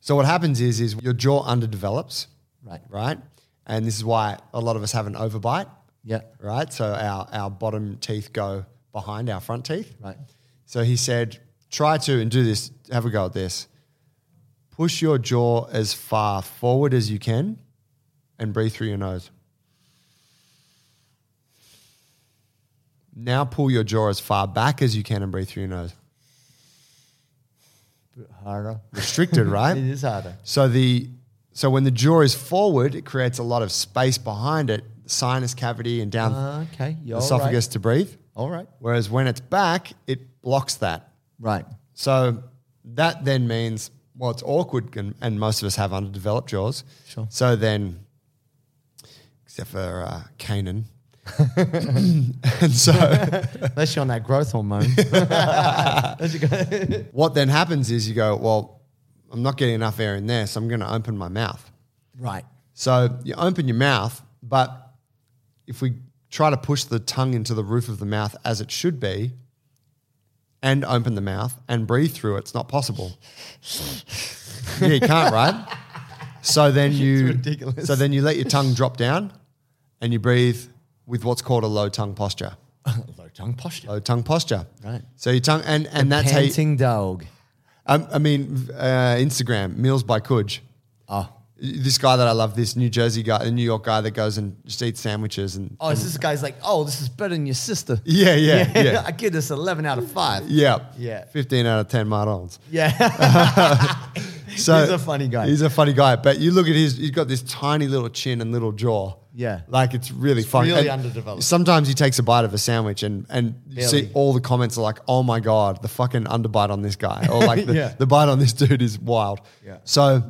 H: So what happens is, is your jaw underdevelops,
G: Right.
H: Right, and this is why a lot of us have an overbite
G: Yeah.
H: right? So our, our bottom teeth go behind our front teeth.
G: Right.
H: So he said, try to, and do this, have a go at this. Push your jaw as far forward as you can and breathe through your nose. Now pull your jaw as far back as you can and breathe through your nose.
G: Harder. <laughs>
H: Restricted, right?
G: It is harder.
H: So the so when the jaw is forward, it creates a lot of space behind it, sinus cavity and down
G: Ah, okay,
H: the
G: you're
H: esophagus
G: right.
H: to breathe.
G: All right.
H: Whereas when it's back, it blocks that.
G: Right.
H: So that then means well, it's awkward, and, and most of us have underdeveloped jaws.
G: Sure.
H: So then, except for uh, Canaan, and so.
G: Unless you're on that growth hormone.
H: what then happens is you go, well, I'm not getting enough air in there, so I'm going to open my mouth.
G: right. <laughs>
H: So you open your mouth, but if we try to push the tongue into the roof of the mouth as it should be, and open the mouth and breathe through it, it's
G: <laughs>
H: not possible. yeah, you can't, right? So then you,
G: ridiculous.
H: so then you let your tongue drop down, and you breathe with what's called a low tongue posture.
G: Low tongue posture.
H: Low tongue posture.
G: Right.
H: So your tongue, and and that's how. You,
G: Panting dog.
H: um, I mean, uh, Instagram meals by Kuj.
G: Oh.
H: This guy that I love, this New Jersey guy, the New York guy that goes and just eats sandwiches and
G: Oh, it's this guy's like, oh, this is better than your sister.
H: <laughs> yeah, yeah, yeah,
G: <laughs> I give this 11 out of 5.
H: yeah,
G: Yeah.
H: Fifteen out of ten martons.
G: Yeah. <laughs>
H: <laughs> So
G: He's a funny guy.
H: He's a funny guy, but you look at his. He's got this tiny little chin and little jaw.
G: Yeah.
H: like it's really funny.
G: really underdeveloped.
H: Sometimes he takes a bite of a sandwich, and and you see
G: Barely.
H: all the comments are like, "Oh my god, the fucking underbite on this guy," or
G: <laughs>
H: like the,
G: Yeah.
H: the bite on this <laughs> dude is wild.
G: Yeah.
H: So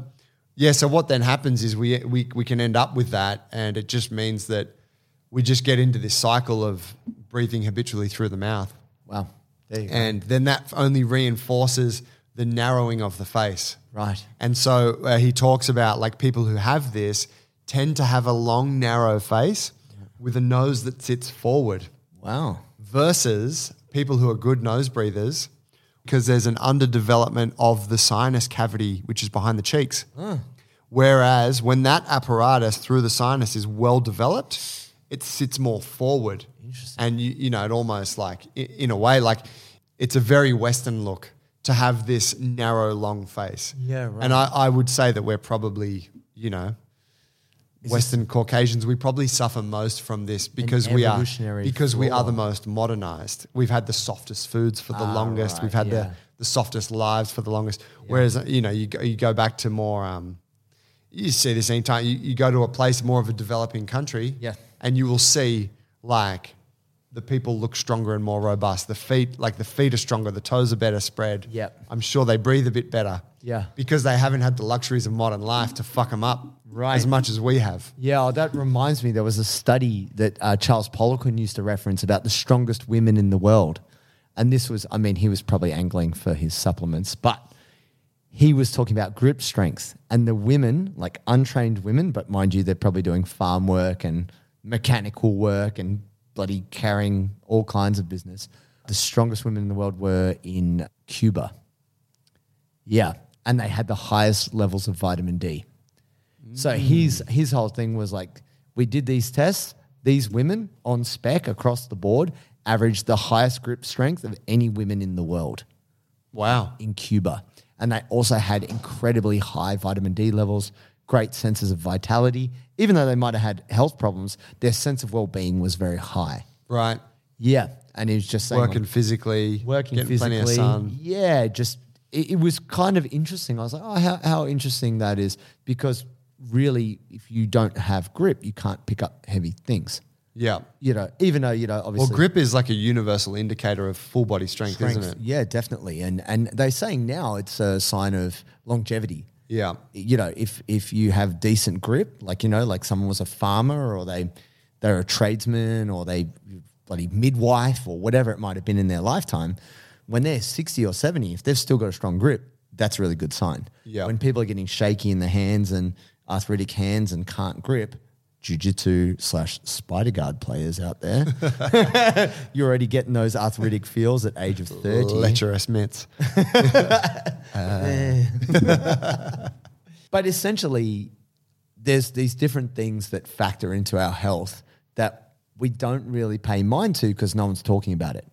H: yeah, so what then happens is we we we can end up with that, and it just means that we just get into this cycle of breathing habitually through the mouth.
G: wow. There you go.
H: And then that only reinforces the narrowing of the face.
G: Right.
H: And so uh, he talks about like people who have this tend to have a long, narrow face with a nose that sits forward
G: Wow.
H: versus people who are good nose breathers because there's an underdevelopment of the sinus cavity, which is behind the cheeks.
G: Hmm.
H: Whereas when that apparatus through the sinus is well developed, it sits more forward. Interesting. And you, you know, it almost like, i- in a way, like it's a very Western look to have this narrow, long face.
G: Yeah, right.
H: And I, I would say that we're probably, you know, Western Caucasians, we probably suffer most from this because we are
G: evolutionary
H: because we are
G: flaw.
H: the most modernized. We've had the softest foods for the longest. We've had
G: Ah, yeah.
H: the, the softest lives for the longest. Whereas you know you go, you go back to more. Um, you see this anytime you, you go to a place more of a developing country,
G: Yeah.
H: and you will see like the people look stronger and more robust. The feet, like the feet, are stronger. The toes are better spread.
G: Yep.
H: I'm sure they breathe a bit better.
G: Yeah.
H: because they haven't had the luxuries of modern life to fuck them up
G: Right.
H: as much as we have.
G: Yeah, oh, that reminds me. There was a study that uh, Charles Poliquin used to reference about the strongest women in the world. And this was, I mean, he was probably angling for his supplements, but he was talking about grip strength. And the women, like untrained women, but mind you, they're probably doing farm work and mechanical work and bloody carrying all kinds of business. The strongest women in the world were in Cuba. Yeah. And they had the highest levels of vitamin D. So his his whole thing was like, we did these tests. These women on spec across the board averaged the highest grip strength of any women in the world
H: Wow.
G: in Cuba, and they also had incredibly high vitamin D levels, great senses of vitality. Even though they might have had health problems, their sense of well being was very high.
H: Right.
G: Yeah, and he was just saying like,
H: working physically,
G: working
H: getting
G: physically.
H: plenty of sun.
G: Yeah, just it, it was kind of interesting. I was like, oh, how, how interesting that is because really, if you don't have grip, you can't pick up heavy things.
H: Yeah.
G: You know, even though you know,
H: Well,
G: obviously,
H: grip is like a universal indicator of full body strength, isn't it?
G: Yeah, definitely. And and they're saying now it's a sign of longevity.
H: Yeah.
G: you know, if if you have decent grip, like you know, like someone was a farmer or they they're a tradesman or they bloody midwife or whatever it might have been in their lifetime, when they're sixty or seventy, if they've still got a strong grip, that's a really good sign.
H: Yeah.
G: When people are getting shaky in the hands and arthritic hands and can't grip, jujitsu slash spider guard players out there, <laughs> you're already getting those arthritic feels at age of thirty.
H: Lecherous mitts.
G: But essentially, there's these different things that factor into our health that we don't really pay mind to because no one's talking about it.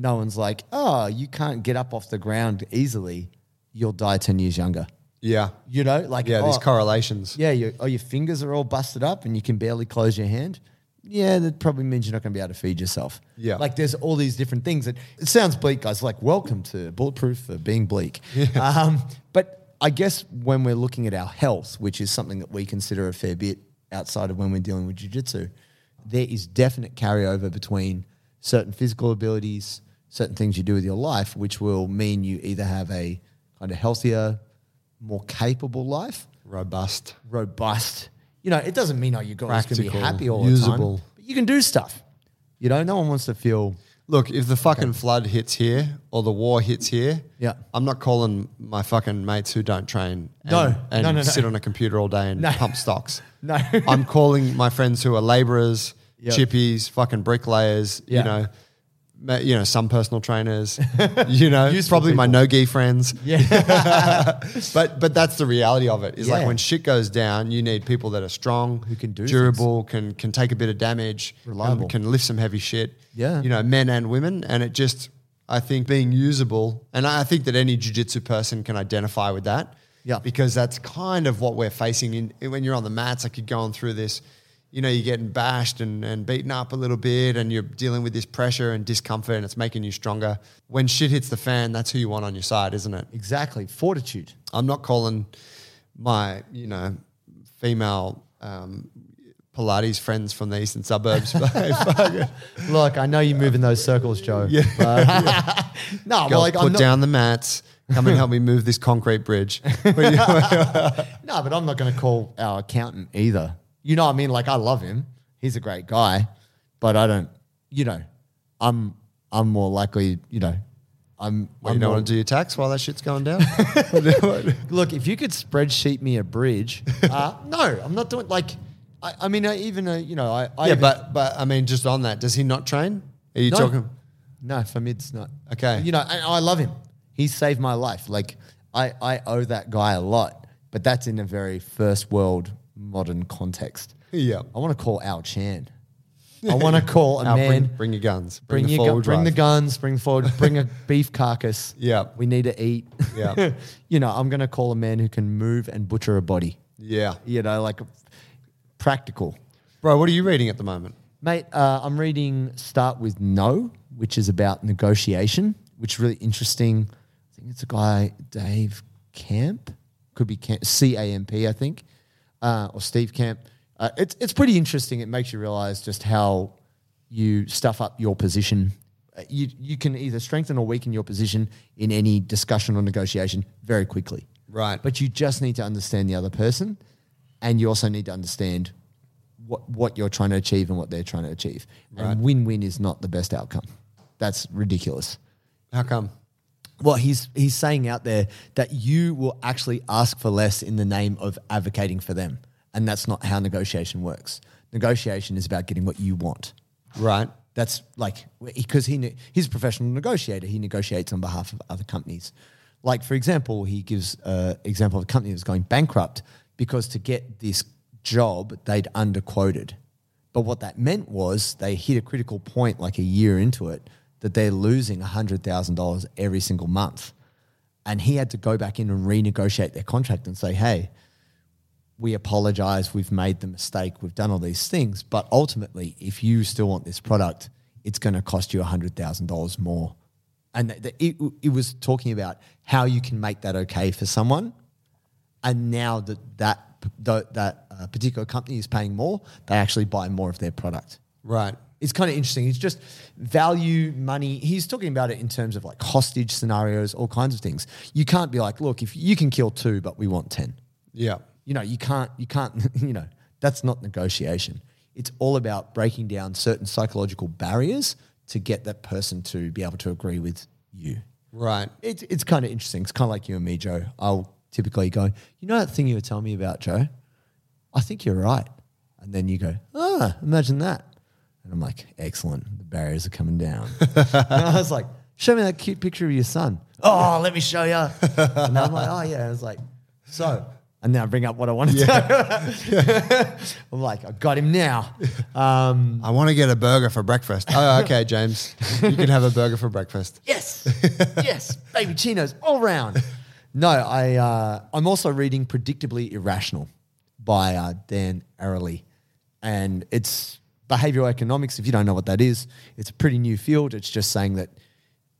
G: no one's like, oh, you can't get up off the ground easily, you'll die 10 years younger.
H: Yeah.
G: You know, like,
H: Yeah, these
G: oh,
H: correlations.
G: Yeah, your, oh, your fingers are all busted up and you can barely close your hand. Yeah, that probably means you're not going to be able to feed yourself.
H: Yeah.
G: Like there's all these different things that it sounds bleak, guys. Like, welcome to Bulletproof for being bleak. Um, but I guess when we're looking at our health, which is something that we consider a fair bit outside of when we're dealing with jujitsu, there is definite carryover between certain physical abilities, certain things you do with your life, which will mean you either have a kind of healthier, more capable life
H: Robust.
G: robust. You know, it doesn't mean oh you guys can be
H: Practical,
G: happy all the
H: usable.
G: time. But you can do stuff. You know, no one wants to feel
H: Look, if the fucking flood hits here or the war hits here,
G: Yeah.
H: I'm not calling my fucking mates who don't train and,
G: No.
H: and
G: No, no, no.
H: sit on a computer all day and
G: No.
H: pump stocks.
G: <laughs> No.
H: I'm calling my friends who are laborers,
G: Yeah.
H: chippies, fucking bricklayers,
G: Yeah.
H: you know, ma- you know, some
G: <laughs>
H: personal trainers, you know,
G: Useful
H: probably my
G: people.
H: no
G: <laughs>
H: gi friends. Yeah. <laughs> but but that's the reality of it. Is
G: Yeah.
H: like when shit goes down, you need people that are strong,
G: Who can do
H: durable, can can take a bit of damage, can-
G: Reliable.
H: can lift some heavy shit.
G: Yeah.
H: You know, uh, men and women. And it just, I think being usable, and I I think that any jujitsu person can identify with that.
G: Yeah.
H: Because that's kind of what we're facing in when you're on the mats, like you're going through this, you know, you're getting bashed and, and beaten up a little bit and you're dealing with this pressure and discomfort and it's making you stronger. When shit hits the fan, that's who you want on your side, isn't it?
G: exactly fortitude.
H: I'm not calling my, you know, female um, Pilates friends from the eastern suburbs. <laughs> but-
G: Look, I know you move in those circles, Joe. Yeah.
H: <laughs>
G: <laughs> no, but
H: Girls,
G: like
H: put
G: I'm not,
H: down the mats. Come
G: <laughs>
H: and help me move this concrete bridge.
G: no, but I'm not going to call our accountant either. You know what I mean? Like I love him. He's a great guy, but I don't. You know, I'm I'm more likely. You know, I'm.
H: Well,
G: I'm
H: you don't
G: more-
H: want to do your tax while that shit's
G: <laughs>
H: going down.
G: Look, if you could spreadsheet me a
H: <laughs>
G: bridge, uh, no, I'm not doing like. I, I mean, I even uh, you know, I, I
H: yeah,
G: even-
H: but but I mean, just on that, does he not train? Are you
G: No.
H: talking?
G: no, for me it's not
H: Okay.
G: You know, and I love him. He saved my life. Like I, I owe that guy a lot, but that's in a very first world modern context.
H: Yeah.
G: I want to call Al Chan. I want
H: <laughs>
G: to call a
H: Al,
G: man.
H: bring, bring your guns.
G: Oh, Bring, your gu-
H: forward
G: bring the
H: drive.
G: guns, bring forward, bring
H: <laughs>
G: a beef carcass.
H: Yeah.
G: we need to eat.
H: Yeah.
G: <laughs> you know, I'm gonna call a man who can move and butcher a body.
H: Yeah,
G: you know, like practical.
H: bro. What are you reading at the moment?
G: Mate, uh, I'm reading Start With No, which is about negotiation, which is really interesting. I think it's a guy, Dave Camp, could be Camp, C-A-M-P, I think, uh, or Steve Camp. Uh, it's, it's pretty interesting. It makes you realize just how you stuff up your position. Uh, You, you can either strengthen or weaken your position in any discussion or negotiation very quickly.
H: Right.
G: But you just need to understand the other person, and you also need to understand what what you're trying to achieve and what they're trying to achieve. And win win is not the best outcome. That's ridiculous.
H: How come?
G: Well, he's he's saying out there that you will actually ask for less in the name of advocating for them, and that's not how negotiation works. Negotiation is about getting what you want.
H: Right.
G: That's like because he ne- he's a professional negotiator. He negotiates on behalf of other companies. Like for example, he gives an example of a company that's going bankrupt because to get this job they'd underquoted. But what that meant was they hit a critical point like a year into it that they're losing hundred thousand dollars every single month, and he had to go back in and renegotiate their contract and say, "Hey, we apologize, we've made the mistake, we've done all these things. But ultimately, if you still want this product, it's going to cost you $100,000 more. And th- th- it, it was talking about how you can make that okay for someone. And now that that, p- tho- that uh, particular company is paying more, they actually buy more of their product.
H: Right.
G: It's kind of interesting. It's just value, money. He's talking about it in terms of like hostage scenarios, all kinds of things. You can't be like, look, if you can kill two, but we want 10
H: Yeah.
G: you know you can't you can't <laughs> you know that's not negotiation it's all about breaking down certain psychological barriers to get that person to be able to agree with you
H: Right.
G: it's, it's kind of interesting it's kind of like you and me joe i'll typically go you know that thing you were telling me about joe i think you're right and then you go ah imagine that and i'm like excellent the barriers are coming down and I was like, show me that cute picture of your son. Oh, let me show you. And I'm like, oh yeah. I was like, so and then I bring up what I wanted to. <laughs> I'm like, I got him now. Um,
H: I want to get a burger for breakfast.
G: <laughs>
H: Oh, okay, James. You can have a burger for breakfast.
G: yes, yes, baby chinos all round. No, I uh, I'm also reading Predictably Irrational by uh, Dan Ariely, and it's behavioral economics. If you don't know what that is, it's a pretty new field. It's just saying that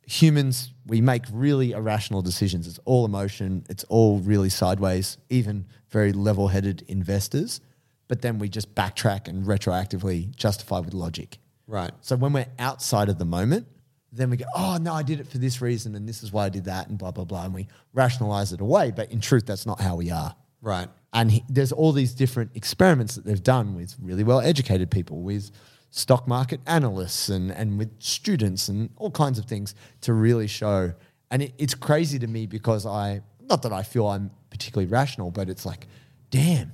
G: humans we make really irrational decisions. It's all emotion. It's all really sideways. Even very level-headed investors, but then we just backtrack and retroactively justify with logic.
H: Right.
G: So when we're outside of the moment, then we go, oh, no, I did it for this reason and this is why I did that and blah, blah, blah. And we rationalize it away. But in truth, that's not how we are.
H: Right.
G: And he, there's all these different experiments that they've done with really well educated people, with stock market analysts and, and with students and all kinds of things to really show. And it, it's crazy to me because I, not that I feel I'm particularly rational, but it's like, damn,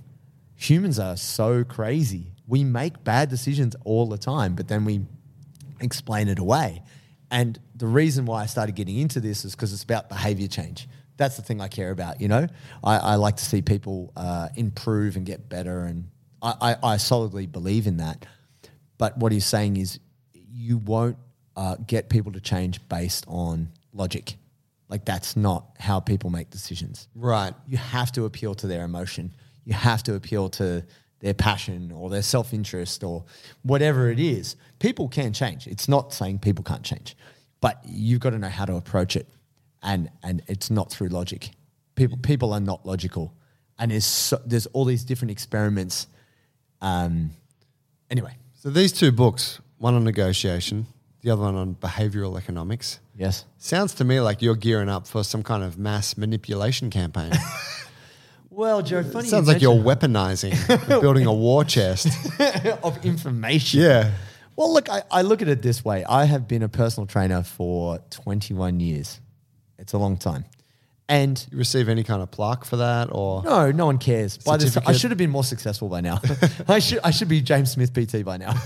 G: humans are so crazy. We make bad decisions all the time, but then we explain it away. And the reason why I started getting into this is because it's about behavior change. That's the thing I care about, you know? I, I like to see people uh, improve and get better, and I, I, I solidly believe in that. But what he's saying is you won't uh, get people to change based on logic. Like, that's not how people make decisions
H: Right.
G: you have to appeal to their emotion. You have to appeal to their passion or their self interest or whatever it is. People can change. It's not saying people can't change, but you've got to know how to approach it, and and it's not through logic. People people are not logical, and there's so, there's all these different experiments. Um, anyway,
H: So these two books, one on negotiation, the other one on behavioral economics.
G: yes.
H: Sounds to me like you're gearing up for some kind of mass manipulation campaign.
G: Well, Joe, funny.
H: Sounds like you're weaponizing, <laughs> and building a war <laughs> chest.
G: <laughs> of information.
H: Yeah.
G: Well, look, I, I look at it this way. I have been a personal trainer for 21 years. It's a long time. And
H: You receive any kind of plaque for that or
G: no, no one cares. By this, I
H: Certificate.
G: should have been more successful by now. <laughs> I should, I should be James Smith PT by now. <laughs>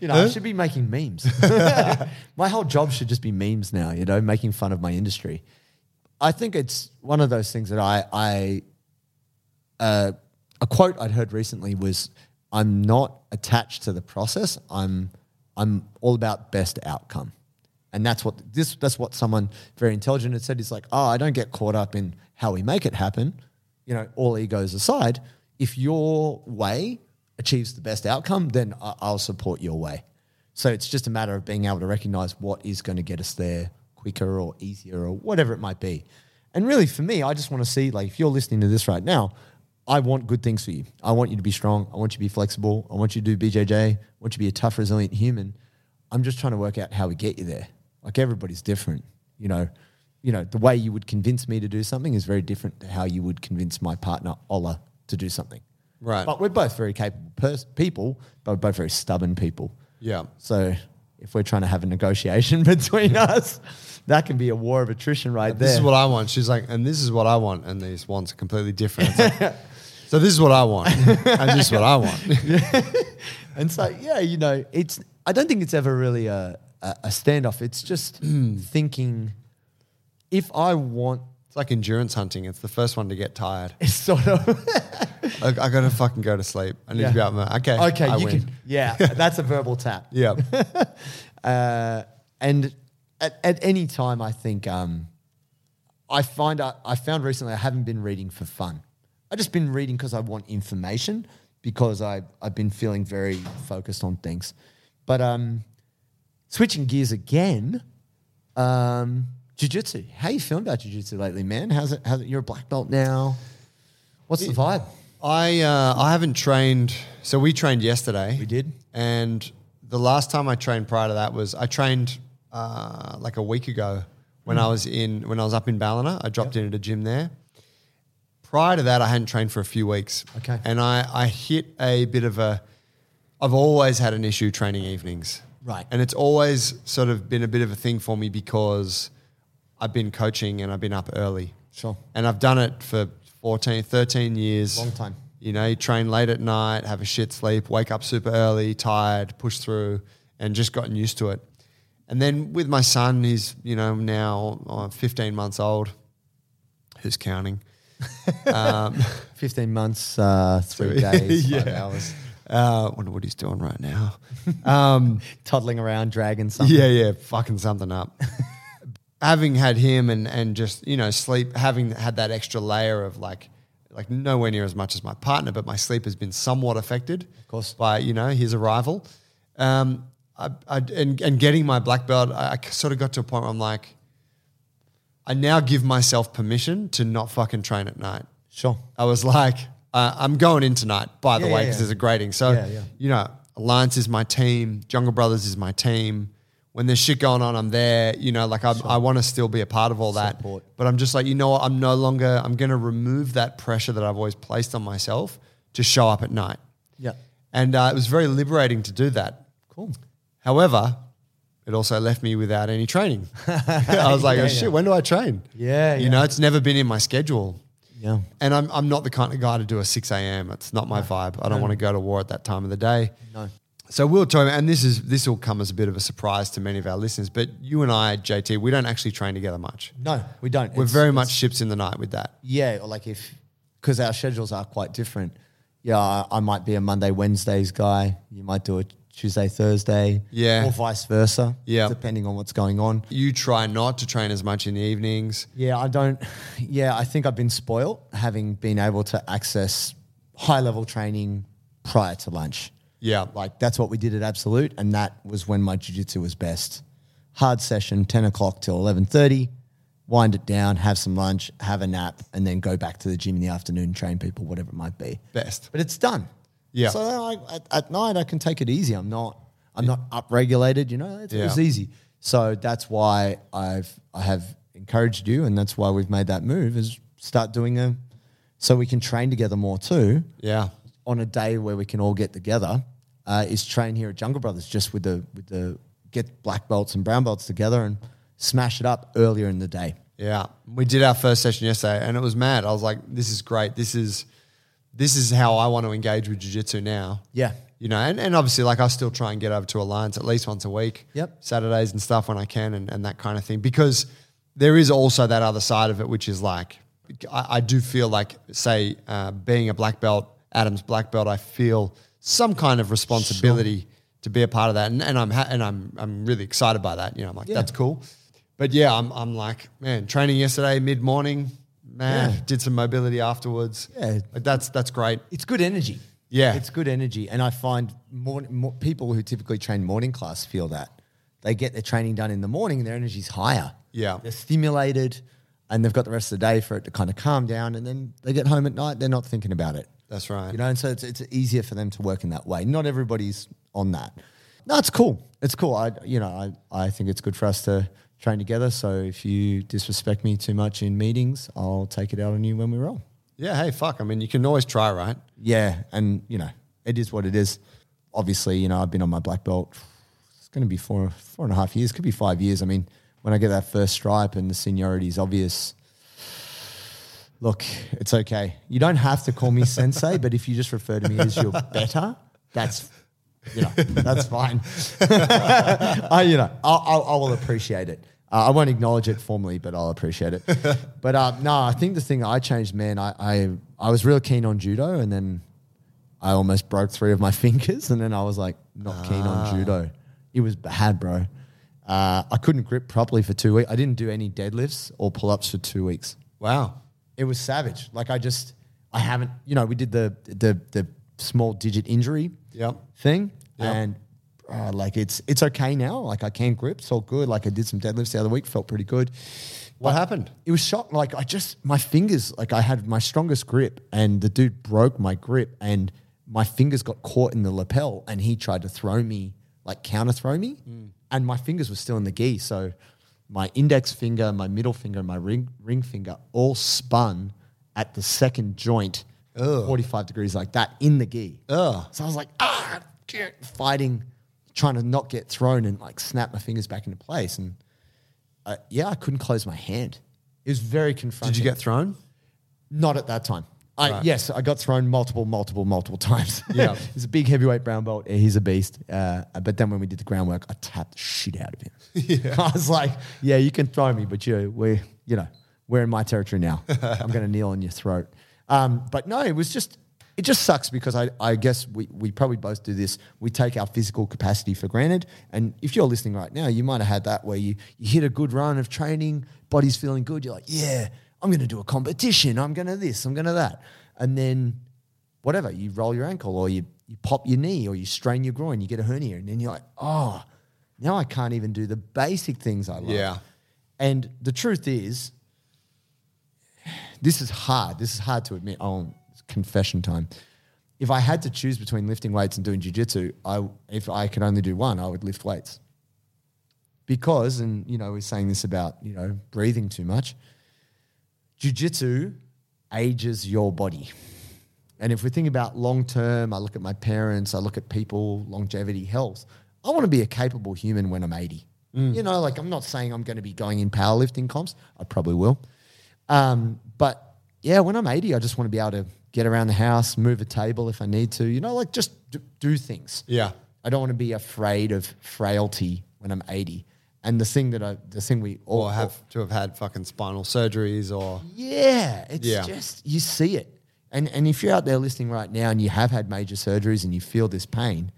G: you know, I should be making memes. my whole job should just be memes now. You know, making fun of my industry. I think it's one of those things that I, I uh, a quote I'd heard recently was, "I'm not attached to the process. I'm, I'm all about best outcome," and that's what this. That's what someone very intelligent had said. He's like, "Oh, I don't get caught up in how we make it happen. You know, all egos aside, if your way achieves the best outcome, then I- I'll support your way." So it's just a matter of being able to recognize what is going to get us there quicker or easier or whatever it might be. And really, for me, I just want to see like if you're listening to this right now, I want good things for you. I want you to be strong. I want you to be flexible. I want you to do BJJ. I want you to be a tough, resilient human. I'm just trying to work out how we get you there. Like everybody's different, you know. You know, the way you would convince me to do something is very different to how you would convince my partner Ola to do something.
H: Right.
G: But we're both very capable pers- people, but we're both very stubborn people.
H: Yeah.
G: So if we're trying to have a negotiation <laughs> between us, that can be a war of attrition right there.
H: This is what I want. She's like, and this is what I want. And these wants are completely different. It's <laughs> like, so this is what I <laughs> want. And this is what I want. <laughs>
G: and so yeah, you know, it's I don't think it's ever really a a, a standoff. It's
H: <clears throat>
G: just
H: Hmm.
G: thinking if I want <laughs>
H: It's like endurance hunting. It's the first one to get tired.
G: it's sort of
H: I, I gotta fucking go to sleep. I need
G: Yeah.
H: to be out. My, okay.
G: okay,
H: I
G: you
H: win.
G: can yeah,
H: <laughs>
G: that's a verbal tap.
H: Yeah.
G: uh, and at, at any time, I think um, I find uh, I, I found recently I haven't been reading for fun. I've just been reading because I want information because I I've been feeling very focused on things. But um, switching gears again, um, jujitsu. How you feeling about jujitsu lately, man? How's it? How's it? You're a black belt now. What's the vibe?
H: I uh, I haven't trained. So we trained yesterday.
G: We did?
H: And the last time I trained prior to that was I trained uh, like a week ago when
G: Hmm.
H: I was in when I was up in Ballina. I dropped in at a gym there. Prior to that, I hadn't trained for a few weeks.
G: Okay.
H: And I I hit a bit of a. I've always had an issue training evenings.
G: Right.
H: And it's always sort of been a bit of a thing for me because I've been coaching and I've been up early.
G: Sure.
H: And I've done it for 14, 13 years.
G: Long time.
H: You know, you train late at night, have a shit sleep, wake up super early, tired, push through, and just gotten used to it. And then with my son, he's, you know, now uh, 15 months old, who's counting.
G: Fifteen months, uh, three <laughs> days, five hours,
H: Uh, wonder what he's doing right now. Um,
G: toddling around, dragging something.
H: yeah, yeah, fucking something
G: <laughs>
H: up. having had him and and just you know sleep, having had that extra layer of like like nowhere near as much as my partner, but my sleep has been somewhat affected, of
G: course.
H: by you know his arrival. Um, I, I and and getting my black belt, I, I sort of got to a point where I'm like, I now give myself permission to not fucking train at night.
G: Sure.
H: I was like, uh, I'm going in tonight, by the
G: Yeah,
H: way,
G: yeah,
H: because
G: yeah.
H: there's a grading. So,
G: Yeah, yeah.
H: you know, Alliance is my team, Jungle Brothers is my team. When there's shit going on, I'm there. You know, like I'm, I want to still be a part of all that.
G: Support.
H: But I'm just like, you know what? I'm no longer, I'm going to remove that pressure that I've always placed on myself to show up at night.
G: Yeah.
H: And uh, it was very liberating to do that.
G: Cool.
H: However, it also left me without any training. <laughs> I was
G: <laughs>
H: like,
G: Yeah,
H: oh,
G: yeah.
H: shit, when do I train?
G: Yeah,
H: You
G: yeah.
H: know, it's never been in my schedule.
G: Yeah.
H: And I'm, I'm not the kind of guy to do a 6 a.m. It's not my vibe. I don't want to go to war at that time of the day.
G: No.
H: So we'll talk, and this is this will come as a bit of a surprise to many of our listeners, but you and I, JT, we don't actually train together much.
G: No, we don't.
H: We're
G: It's-
H: very
G: it's-
H: much ships in the night with that.
G: Yeah, or like if because our schedules are quite different. Yeah, I, I might be a Monday Wednesdays guy. You might do a Tuesday Thursday.
H: Yeah.
G: or vice versa.
H: Yeah.
G: depending on what's going on.
H: You try not to train as much in the evenings.
G: Yeah, I don't. <sighs> Yeah, I think I've been spoilt having been able to access high level training prior to lunch.
H: Yeah.
G: Like that's what we did at Absolute, and that was when my jiu-jitsu was best. Hard session, ten o'clock till eleven thirty. Wind it down, have some lunch, have a nap, and then go back to the gym in the afternoon, train people, whatever it might be.
H: Best.
G: but it's done.
H: Yeah.
G: So then I, at, at night I can take it easy. I'm not. I'm not upregulated. You know, it's, it was
H: Yeah.
G: easy. So that's why I've I have encouraged you, and that's why we've made that move is start doing a, so we can train together more too
H: Yeah.
G: on a day where we can all get together uh, is train here at Jungle Brothers just with the with the get black belts and brown belts together and smash it up earlier in the day.
H: Yeah. We did our first session yesterday and it was mad. I was like, this is great. This is this is how I want to engage with jiu-jitsu now.
G: Yeah.
H: You know, and, and obviously like I still try and get over to Alliance at least once a week.
G: Yep.
H: Saturdays and stuff when I can and, and that kind of thing. Because there is also that other side of it, which is like I, I do feel like, say, uh, being a black belt, Adam's black belt, I feel some kind of responsibility to be a part of that. And, and I'm ha- and I'm I'm really excited by that. You know, I'm like,
G: Yeah.
H: that's cool. But yeah, I'm, I'm like, man, training yesterday, mid morning, man,
G: Yeah.
H: did some mobility afterwards.
G: Yeah.
H: Like, that's that's great.
G: It's good energy.
H: Yeah.
G: It's good energy. And I find more, more people who typically train morning class feel that. They get their training done in the morning and their energy's higher.
H: Yeah.
G: They're stimulated and they've got the rest of the day for it to kind of calm down. And then they get home at night, they're not thinking about it.
H: That's right.
G: You know, and so it's, it's easier for them to work in that way. Not everybody's on that. No, it's cool. It's cool. I, you know, I, I think it's good for us to train together. So if you disrespect me too much in meetings, I'll take it out on you when we roll.
H: Yeah, hey, fuck. I mean, you can always try, right?
G: Yeah, and you know, it is what it is. Obviously, you know, I've been on my black belt. It's going to be four, four and a half years. Could be five years. I mean, when I get that first stripe and the seniority is obvious. Look, it's okay. You don't have to call me sensei, but if you just refer to me as your better, that's you know that's fine. <laughs> I you know I'll, I'll, I will appreciate it. Uh, I won't acknowledge it formally, but I'll appreciate it. but uh, no, I think the thing I changed, man, I, I I was real keen on judo, and then I almost broke three of my <laughs> fingers, and then I was like, not keen on judo. It was bad, bro. Uh, I couldn't grip properly for two weeks. I didn't do any deadlifts or pull ups for two weeks.
H: Wow.
G: It was savage. Like I just, I haven't. You know, we did the the the small digit injury
H: Yep.
G: thing,
H: Yep.
G: and uh, like it's it's okay now. Like I can grip, it's all good. Like I did some deadlifts the other week, felt pretty good.
H: What happened?
G: It was shock. Like I just my fingers, like I had my strongest grip, and the dude broke my grip, and my fingers got caught in the lapel, and he tried to throw me, like counter throw me,
H: Hmm.
G: and my fingers were still in the gi. So my index finger, my middle finger, and my ring ring finger all spun at the second joint, forty five degrees like that in the gi. So I was like, ah, shit," fighting, trying to not get thrown, and like snap my fingers back into place, and uh, yeah, I couldn't close my hand. It was very confronting.
H: Did you get thrown?
G: Not at that time. I, Yes, I got thrown multiple, multiple, multiple times.
H: Yeah.
G: <laughs> he's a big heavyweight brown belt. He's a beast. Uh, but then when we did the groundwork, <laughs> I tapped the shit out of him. I was like, "Yeah, you can throw me, but you, we, you know, we're in my territory now. I'm going to kneel on your throat. Um, but no, it was just, it just sucks because I, I guess we, we probably both do this. We take our physical capacity for granted. And if you're listening right now, you might have had that where you, you hit a good run of training, body's feeling good. You're like, yeah, I'm going to do a competition. I'm going to this, I'm going to that. And then whatever, you roll your ankle or you, you pop your knee or you strain your groin, you get a hernia. And then you're like, oh, now I can't even do the basic things I love.
H: Yeah.
G: And the truth is, this is hard. This is hard to admit. Oh, it's confession time. If I had to choose between lifting weights and doing jujitsu, I if I could only do one, I would lift weights. Because, and you know, we're saying this about you know breathing too much. Jujitsu ages your body, and if we think about long term, I look at my parents, I look at people, longevity, health. I want to be a capable human when I'm 80. You know, like I'm not saying I'm going to be going in powerlifting comps. I probably will. Um, but yeah, when I'm 80, I just want to be able to get around the house, move a table if I need to, you know, like just do, do things.
H: Yeah.
G: I don't want to be afraid of frailty when I'm 80. And the thing that I, the thing we all
H: Or have to have had fucking spinal surgeries or.
G: yeah, it's
H: Yeah.
G: just you see it. And and if you're out there listening right now and you have had major surgeries and you feel this pain,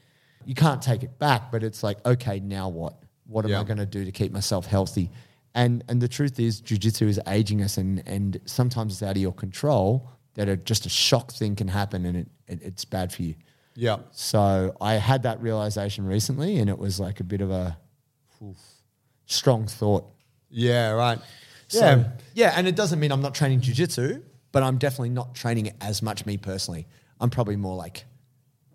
G: you can't take it back, but it's like, okay, now what? What am I
H: Yeah.
G: going to do to keep myself healthy? And and the truth is jujitsu is aging us and and sometimes it's out of your control that a, just a shock thing can happen and it, it it's bad for you.
H: Yeah.
G: So I had that realization recently and it was like a bit of a oof, strong thought.
H: Yeah, right.
G: Yeah.
H: Yeah.
G: yeah, and it doesn't mean I'm not training jujitsu, but I'm definitely not training it as much me personally. I'm probably more like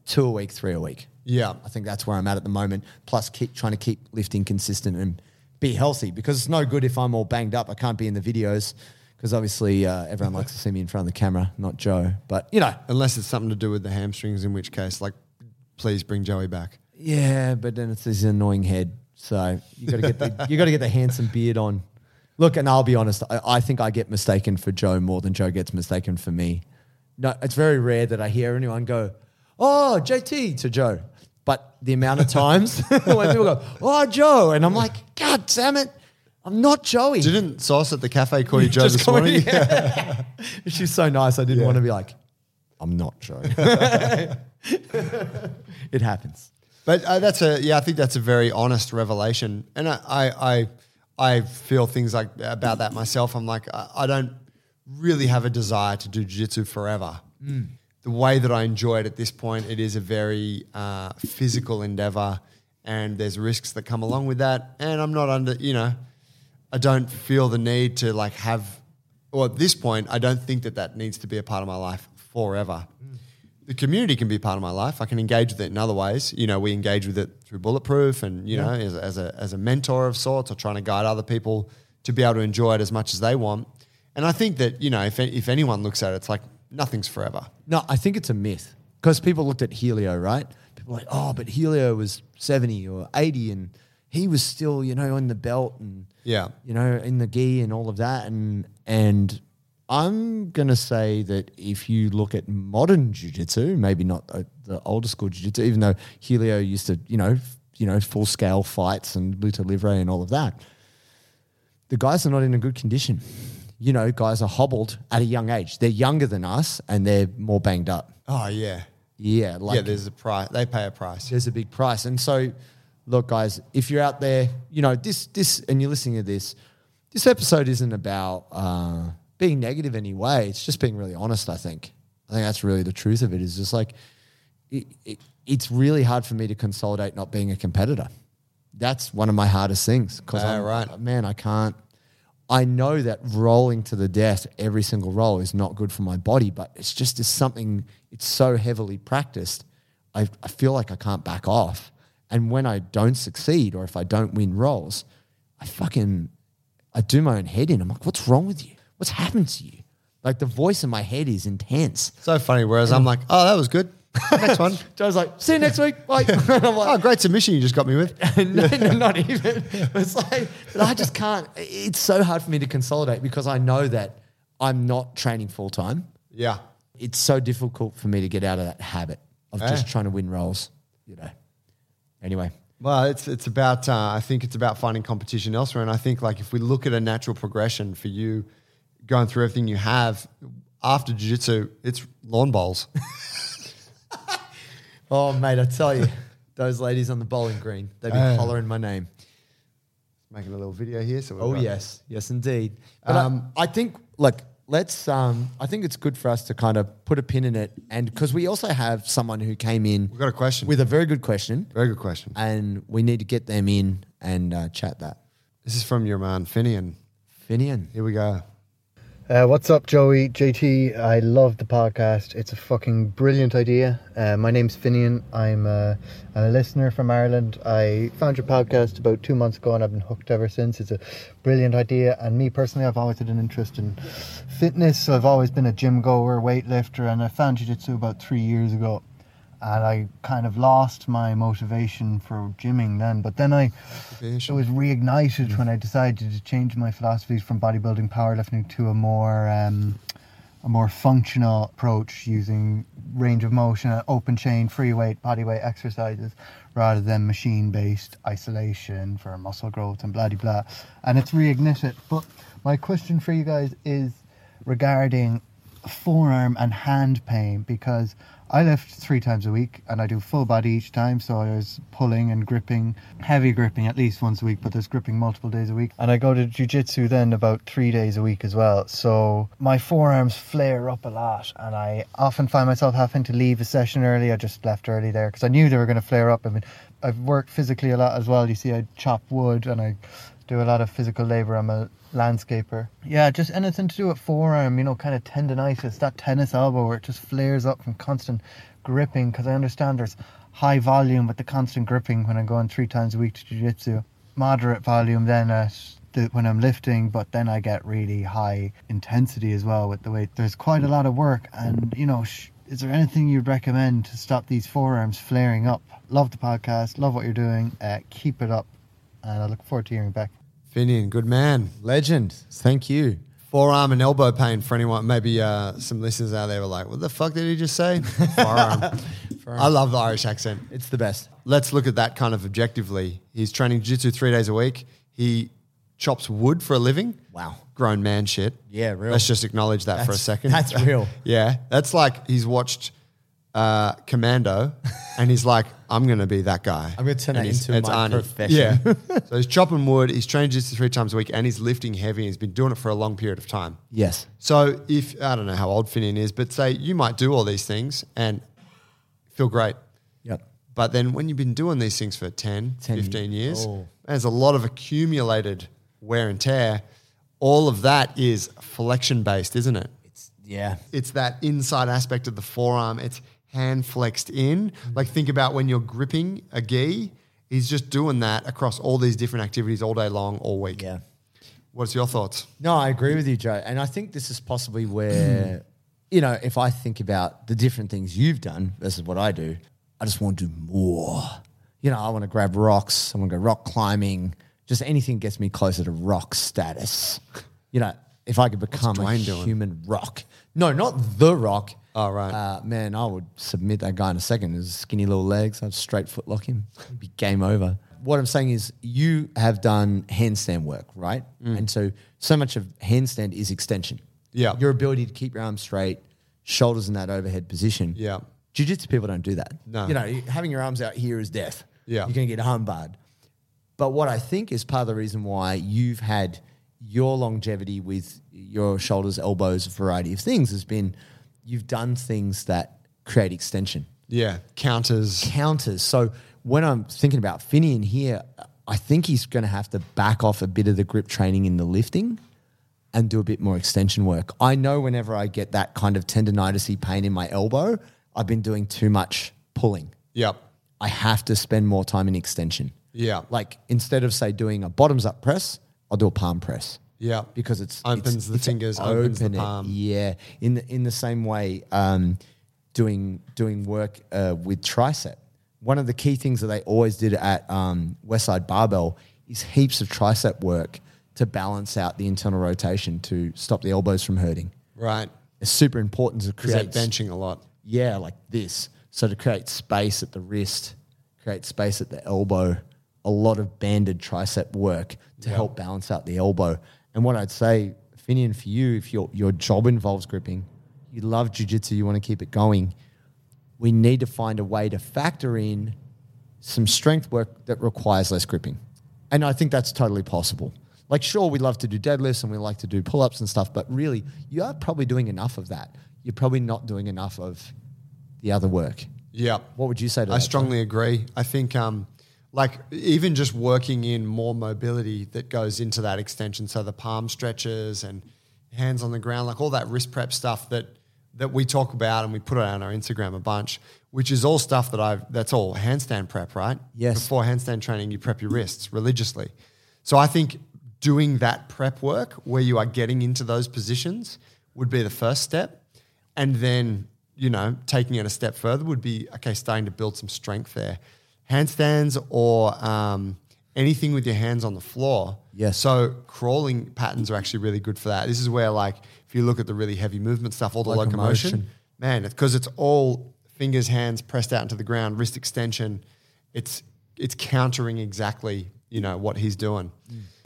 G: two a week, three a week.
H: Yeah.
G: I think that's where I'm at at the moment. Plus, keep trying to keep lifting consistent and be healthy because it's no good if I'm all banged up. I can't be in the videos because obviously uh, everyone likes to see me in front of the camera, not Joe. But you know,
H: Unless it's something to do with the hamstrings, in which case, like, please bring Joey back.
G: Yeah, but then it's this annoying head. So you got to get the you got to get the handsome beard on. Look, and I'll be honest. I, I think I get mistaken for Joe more than Joe gets mistaken for me. No, it's very rare that I hear anyone go, "Oh, JT" to Joe. But the amount of times <laughs> when people go, "Oh, Joe," and I'm like, "God damn it, I'm not Joey."
H: Didn't Sauce at the
G: <laughs>
H: cafe call you Joe
G: Just
H: this
G: coming-
H: morning?
G: Yeah. She's so nice. I didn't
H: Yeah.
G: want to be like, "I'm not Joe." <laughs> it happens.
H: But uh, that's a yeah. I think that's a very honest revelation, and I I I, I feel things like about that myself. I'm like I, I don't really have a desire to do jiu-jitsu forever. The way that I enjoy it at this point, it is a very uh, physical endeavor, and there's risks that come along with that. And I'm not under you know, I don't feel the need to like have. Well, at this point, I don't think that that needs to be a part of my life forever
G: Hmm.
H: the community can be part of my life. I can engage with it in other ways. You know, we engage with it through Bulletproof and, you know, as, as, a, as a mentor of sorts or trying to guide other people to be able to enjoy it as much as they want. And I think that, you know, if, if anyone looks at it, it's like nothing's forever.
G: No, I think it's a myth because people looked at Helio, right? People were like, oh, but Helio was 70 or 80 and he was still, you know, in the belt and,
H: Yeah.
G: you know, in the gi and all of that. And, and, I'm going to say that if you look at modern jiu-jitsu, maybe not uh, the older school jiu-jitsu, even though Helio used to, you know, f- you know, full-scale fights and luta livre and all of that, the guys are not in a good condition. You know, guys are hobbled at a young age. They're younger than us and they're more banged up.
H: Oh, yeah.
G: Yeah, like
H: yeah, there's a price. They pay a price.
G: there's a big price. And so, look, guys, if you're out there, you know this this, and you're listening to this, this episode isn't about uh, being negative in any way. It's just being really honest. I think. I think that's really the truth of it. Is just like, it, it, it's really hard for me to consolidate not being a competitor. That's one of my hardest things because
H: Ah,
G: I'm uh,
H: right.
G: man, I can't. I know that rolling to the death every single roll is not good for my body, but it's just is something. It's so heavily practiced. I, I feel like I can't back off. And when I don't succeed or if I don't win rolls, I fucking I do my own head in. I'm like, what's wrong with you? What's happened to you? Like the voice in my head is intense.
H: So funny. Whereas I'm like, oh, that was good.
G: <laughs>
H: Next one.
G: Joe's like, see you
H: <laughs>
G: next week. Bye. <laughs> And I'm like,
H: Oh, great submission you just got me with.
G: <laughs> no, no, not even. It's like, but I just can't. It's so hard for me to consolidate because I know that I'm not training full time.
H: Yeah.
G: It's so difficult for me to get out of that habit of just
H: Yeah.
G: trying to win roles, you know. Anyway,
H: Well, it's it's about uh, I think it's about finding competition elsewhere, and I think like if we look at a natural progression for you going through everything you have after jiu-jitsu it's lawn bowls <laughs>
G: Oh, mate, I tell you, those ladies on the bowling green, they be hollering my name.
H: making a little video here so we've
G: Oh
H: got-
G: yes, yes indeed. But um, I, think look, let's. Um, I think it's good for us to kind of put a pin in it, and because we also have someone who came in.
H: We've got a question.
G: with a very good question,
H: very good question
G: and we need to get them in and uh, chat that.
H: this is from your man finian
G: Finian,
H: here we go
I: Uh, what's up, Joey? JT, I love the podcast. It's a fucking brilliant idea. Uh, my name's Finian. I'm a, a listener from Ireland. I found your podcast about two months ago and I've been hooked ever since. It's a brilliant idea. And me personally, I've always had an interest in fitness. So I've always been a gym goer, weightlifter, and I found Jiu Jitsu about three years ago and I kind of lost my motivation for gymming then. But then I it was reignited when I decided to change my philosophies from bodybuilding powerlifting to a more um, a more functional approach using range of motion, uh, open chain, free weight, body weight exercises rather than machine based isolation for muscle growth and blah de blah. And it's reignited. But my question for you guys is regarding forearm and hand pain because I lift three times a week and I do full body each time. So I was pulling and gripping, heavy gripping at least once a week, but there's gripping multiple days a week. And I go to jujitsu then about three days a week as well. So my forearms flare up a lot and I often find myself having to leave a session early. I just left early there because I knew they were going to flare up. I mean, I've worked physically a lot as well. You see, I chop wood and I do a lot of physical labor. I'm a landscaper. Yeah, just anything to do with forearm, you know, kind of tendonitis, that tennis elbow where it just flares up from constant gripping. Because I understand there's high volume with the constant gripping when I'm going three times a week to jiu-jitsu. Moderate volume then at the, when I'm lifting, but then I get really high intensity as well with the weight. There's quite a lot of work, and you know. Sh- is there anything you'd recommend to stop these forearms flaring up? Love the podcast. Love what you're doing. Uh, keep it up. And I look forward to hearing back.
H: finian good man
G: legend. Thank you.
H: forearm and elbow pain for anyone. Maybe uh, some listeners out there were like, "What the fuck did he
G: <laughs>
H: just say?" forearm. I love the Irish accent.
G: It's the best.
H: Let's look at that kind of objectively. He's training jiu-jitsu three days a week. He chops wood for a living.
G: Wow.
H: grown man shit.
G: Yeah, real.
H: Let's just acknowledge that for a
G: That's- <laughs>
H: second.
G: that's real.
H: <laughs> yeah, that's like he's watched. Uh, Commando,
G: <laughs>
H: and he's like, "I'm gonna be that guy.
G: I'm gonna turn
H: And
G: that
H: he's-
G: into
H: it's
G: my
H: Arnie.
G: profession.
H: Yeah,
G: <laughs>
H: so he's chopping wood, he's training jiu-jitsu three times a week, and he's lifting heavy. And he's been doing it for a long period of time.
G: Yes.
H: So if I don't know how old Finian is, but say you might do all these things and feel great.
G: Yep.
H: But then when you've been doing these things for 10,
G: 10
H: 15 years,
G: oh.
H: there's a lot of accumulated wear and tear. All of that is flexion based, isn't it?
G: Yeah.
H: It's that inside aspect of the forearm. It's hand flexed in.
G: Mm.
H: Like think about when you're gripping a gi, he's just doing that across all these different activities all day long, all week.
G: Yeah.
H: What's your thoughts?
G: No, I agree with you, Joe. And I think this is possibly where, <clears throat> you know, if I think about the different things you've done versus what I do, I just want to do more. You know, I want to grab rocks, I want to go rock climbing, just anything gets me closer to rock status. You know, if I could become a
H: Dwayne doing?
G: human rock. No, not the rock.
H: Oh, right.
G: Uh, man, I would submit that guy in a second. His skinny little legs, I'd straight foot lock him. It'd be game over. What I'm saying is, you have done handstand work, right? And so, so much of handstand is extension.
H: Yeah.
G: Your ability to keep your arms straight, shoulders in that overhead position.
H: Yeah.
G: Jiu jitsu people don't do that.
H: No.
G: You know, having your arms out here is death.
H: Yeah.
G: You're going to get humbarred. But what I think is part of the reason why you've had your longevity with your shoulders, elbows, a variety of things has been you've done things that create extension
H: Yeah. Counters.
G: counters. So when I'm thinking about Finian here, I think he's going to have to back off a bit of the grip training in the lifting and do a bit more extension work. I know whenever I get that kind of tendonitis pain in my elbow, I've been doing too much pulling.
H: Yep.
G: I have to spend more time in extension.
H: Yeah.
G: Like instead of say doing a bottoms up press, I'll do a palm press.
H: Yeah.
G: Because it's
H: Opens
G: it's-
H: the
G: it's
H: fingers, opens the
G: open it.
H: palm.
G: Yeah. In the in the same way, um, doing doing work uh, with tricep. One of the key things that they always did at um, Westside Barbell is heaps of tricep work to balance out the internal rotation to stop the elbows from hurting.
H: Right.
G: It's super important to
H: Because they're
G: create
H: benching a lot.
G: yeah, like this. So to create space at the wrist, create space at the elbow, a lot of banded tricep work to help balance out the elbow. And what I'd say, Finian, for you, if your, your job involves gripping, you love jujitsu, you want to keep it going, we need to find a way to factor in some strength work that requires less gripping. And I think that's totally possible. Like, sure, we love to do deadlifts and we like to do pull ups and stuff, but really, you are probably doing enough of that. You're probably not doing enough of the other work.
H: Yeah.
G: What would you say to
H: I
G: that,
H: strongly agree. I think, um, like, even just working in more mobility that goes into that extension, so the palm stretches and hands on the ground, like all that wrist prep stuff that that we talk about and we put it on our Instagram a bunch, which is all stuff that I've. That's all handstand prep, right?
G: Yes.
H: Before handstand training, you prep your wrists religiously. So I think doing that prep work where you are getting into those positions would be the first step. And then, you know, taking it a step further would be okay, starting to build some strength there. Handstands or um, anything with your hands on the floor.
G: Yes.
H: So crawling patterns are actually really good for that. This is where, like, if you look at the really heavy movement stuff, all the locomotion,
G: Locomotion.
H: man, because it's all fingers, hands pressed out into the ground, wrist extension. It's it's countering exactly you know what he's doing.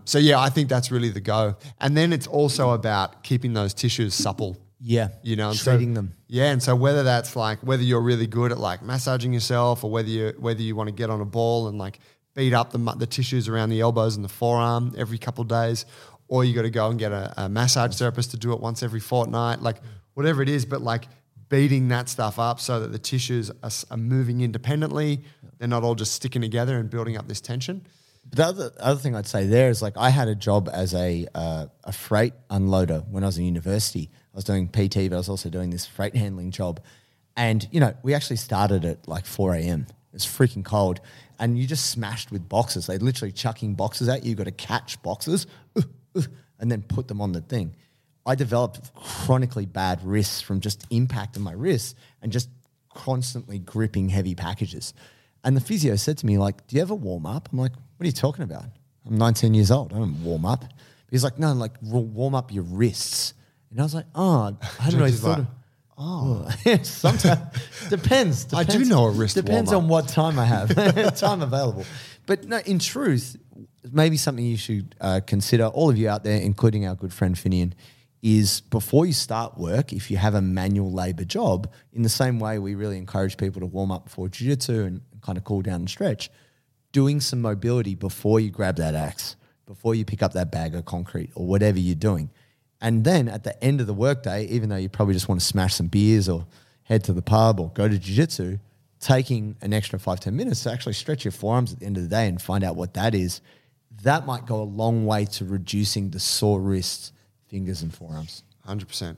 H: So yeah, I think that's really the go. And then it's also about keeping those tissues supple.
G: Yeah.
H: You know, and so-
G: treating them.
H: Yeah, and so whether that's like whether you're really good at like massaging yourself, or whether you whether you want to get on a ball and like beat up the mu- the tissues around the elbows and the forearm every couple of days, or you got to go and get a, a massage therapist to do it once every fortnight, like whatever it is, but like beating that stuff up so that the tissues are, s- are moving independently, they're not all just sticking together and building up this tension.
G: The other, other thing I'd say there is like I had a job as a uh, a freight unloader when I was in university. I was doing PT, but I was also doing this freight handling job. And you know, we actually started at like 4 a.m. It's freaking cold, and you just smashed with boxes. They literally chucking boxes at you. You got to catch boxes uh, and then put them on the thing. I developed chronically bad wrists from just impact on my wrists and just constantly gripping heavy packages. And the physio said to me, like, do you ever warm up? I'm like, what are you talking about? I'm 19 years old. I don't warm up. He's like, no, like wa- warm up your wrists. And I was like, oh, I hadn't really
H: Just
G: thought
H: like,
G: of Oh, <laughs> sometimes depends,
H: I do
G: depends-
H: know a wrist
G: Depends
H: warm-up.
G: on what time I
H: <laughs>
G: have, <laughs> time available. But no, in truth, maybe something you should uh, consider, all of you out there, including our good friend Finian, is before you start work, if you have a manual labor job, in the same way we really encourage people to warm up before jiu-jitsu and kind of cool down and stretch, doing some mobility before you grab that axe, before you pick up that bag of concrete or whatever you're doing. And then at the end of the workday, even though you probably just want to smash some beers or head to the pub or go to jiu-jitsu, taking an extra five, 10 minutes to actually stretch your forearms at the end of the day and find out what that is, that might go a long way to reducing the sore wrists, fingers and forearms.
H: Hundred percent.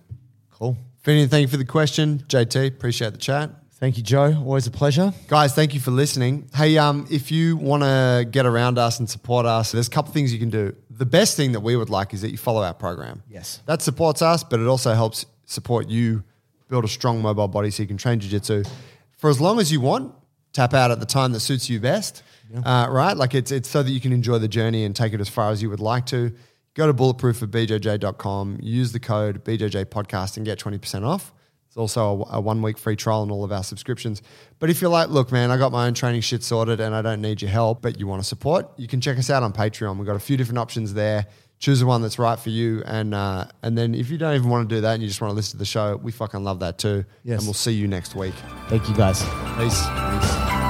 G: Cool.
H: Finian, thank you for the question. JT, appreciate the chat.
G: Thank you, Joe. Always a pleasure.
H: Guys, thank you for listening. Hey, um, if you want to get around us and support us, there's a couple things you can do. The best thing that we would like is that you follow our program.
G: Yes.
H: That supports us, but it also helps support you build a strong mobile body so you can train jiu-jitsu for as long as you want. Tap out at the time that suits you best, uh, right? Like it's, it's so that you can enjoy the journey and take it as far as you would like to. Go to bulletproof for bjj.com, use the code BJJ podcast and get 20% off. It's also a, a one week free trial on all of our subscriptions. But if you're like, look, man, I got my own training shit sorted and I don't need your help, but you want to support, you can check us out on Patreon. We've got a few different options there. Choose the one that's right for you. And uh, and then if you don't even want to do that and you just want to listen to the show, we fucking love that too.
G: Yes.
H: And we'll see you next week.
G: Thank you, guys.
H: Peace.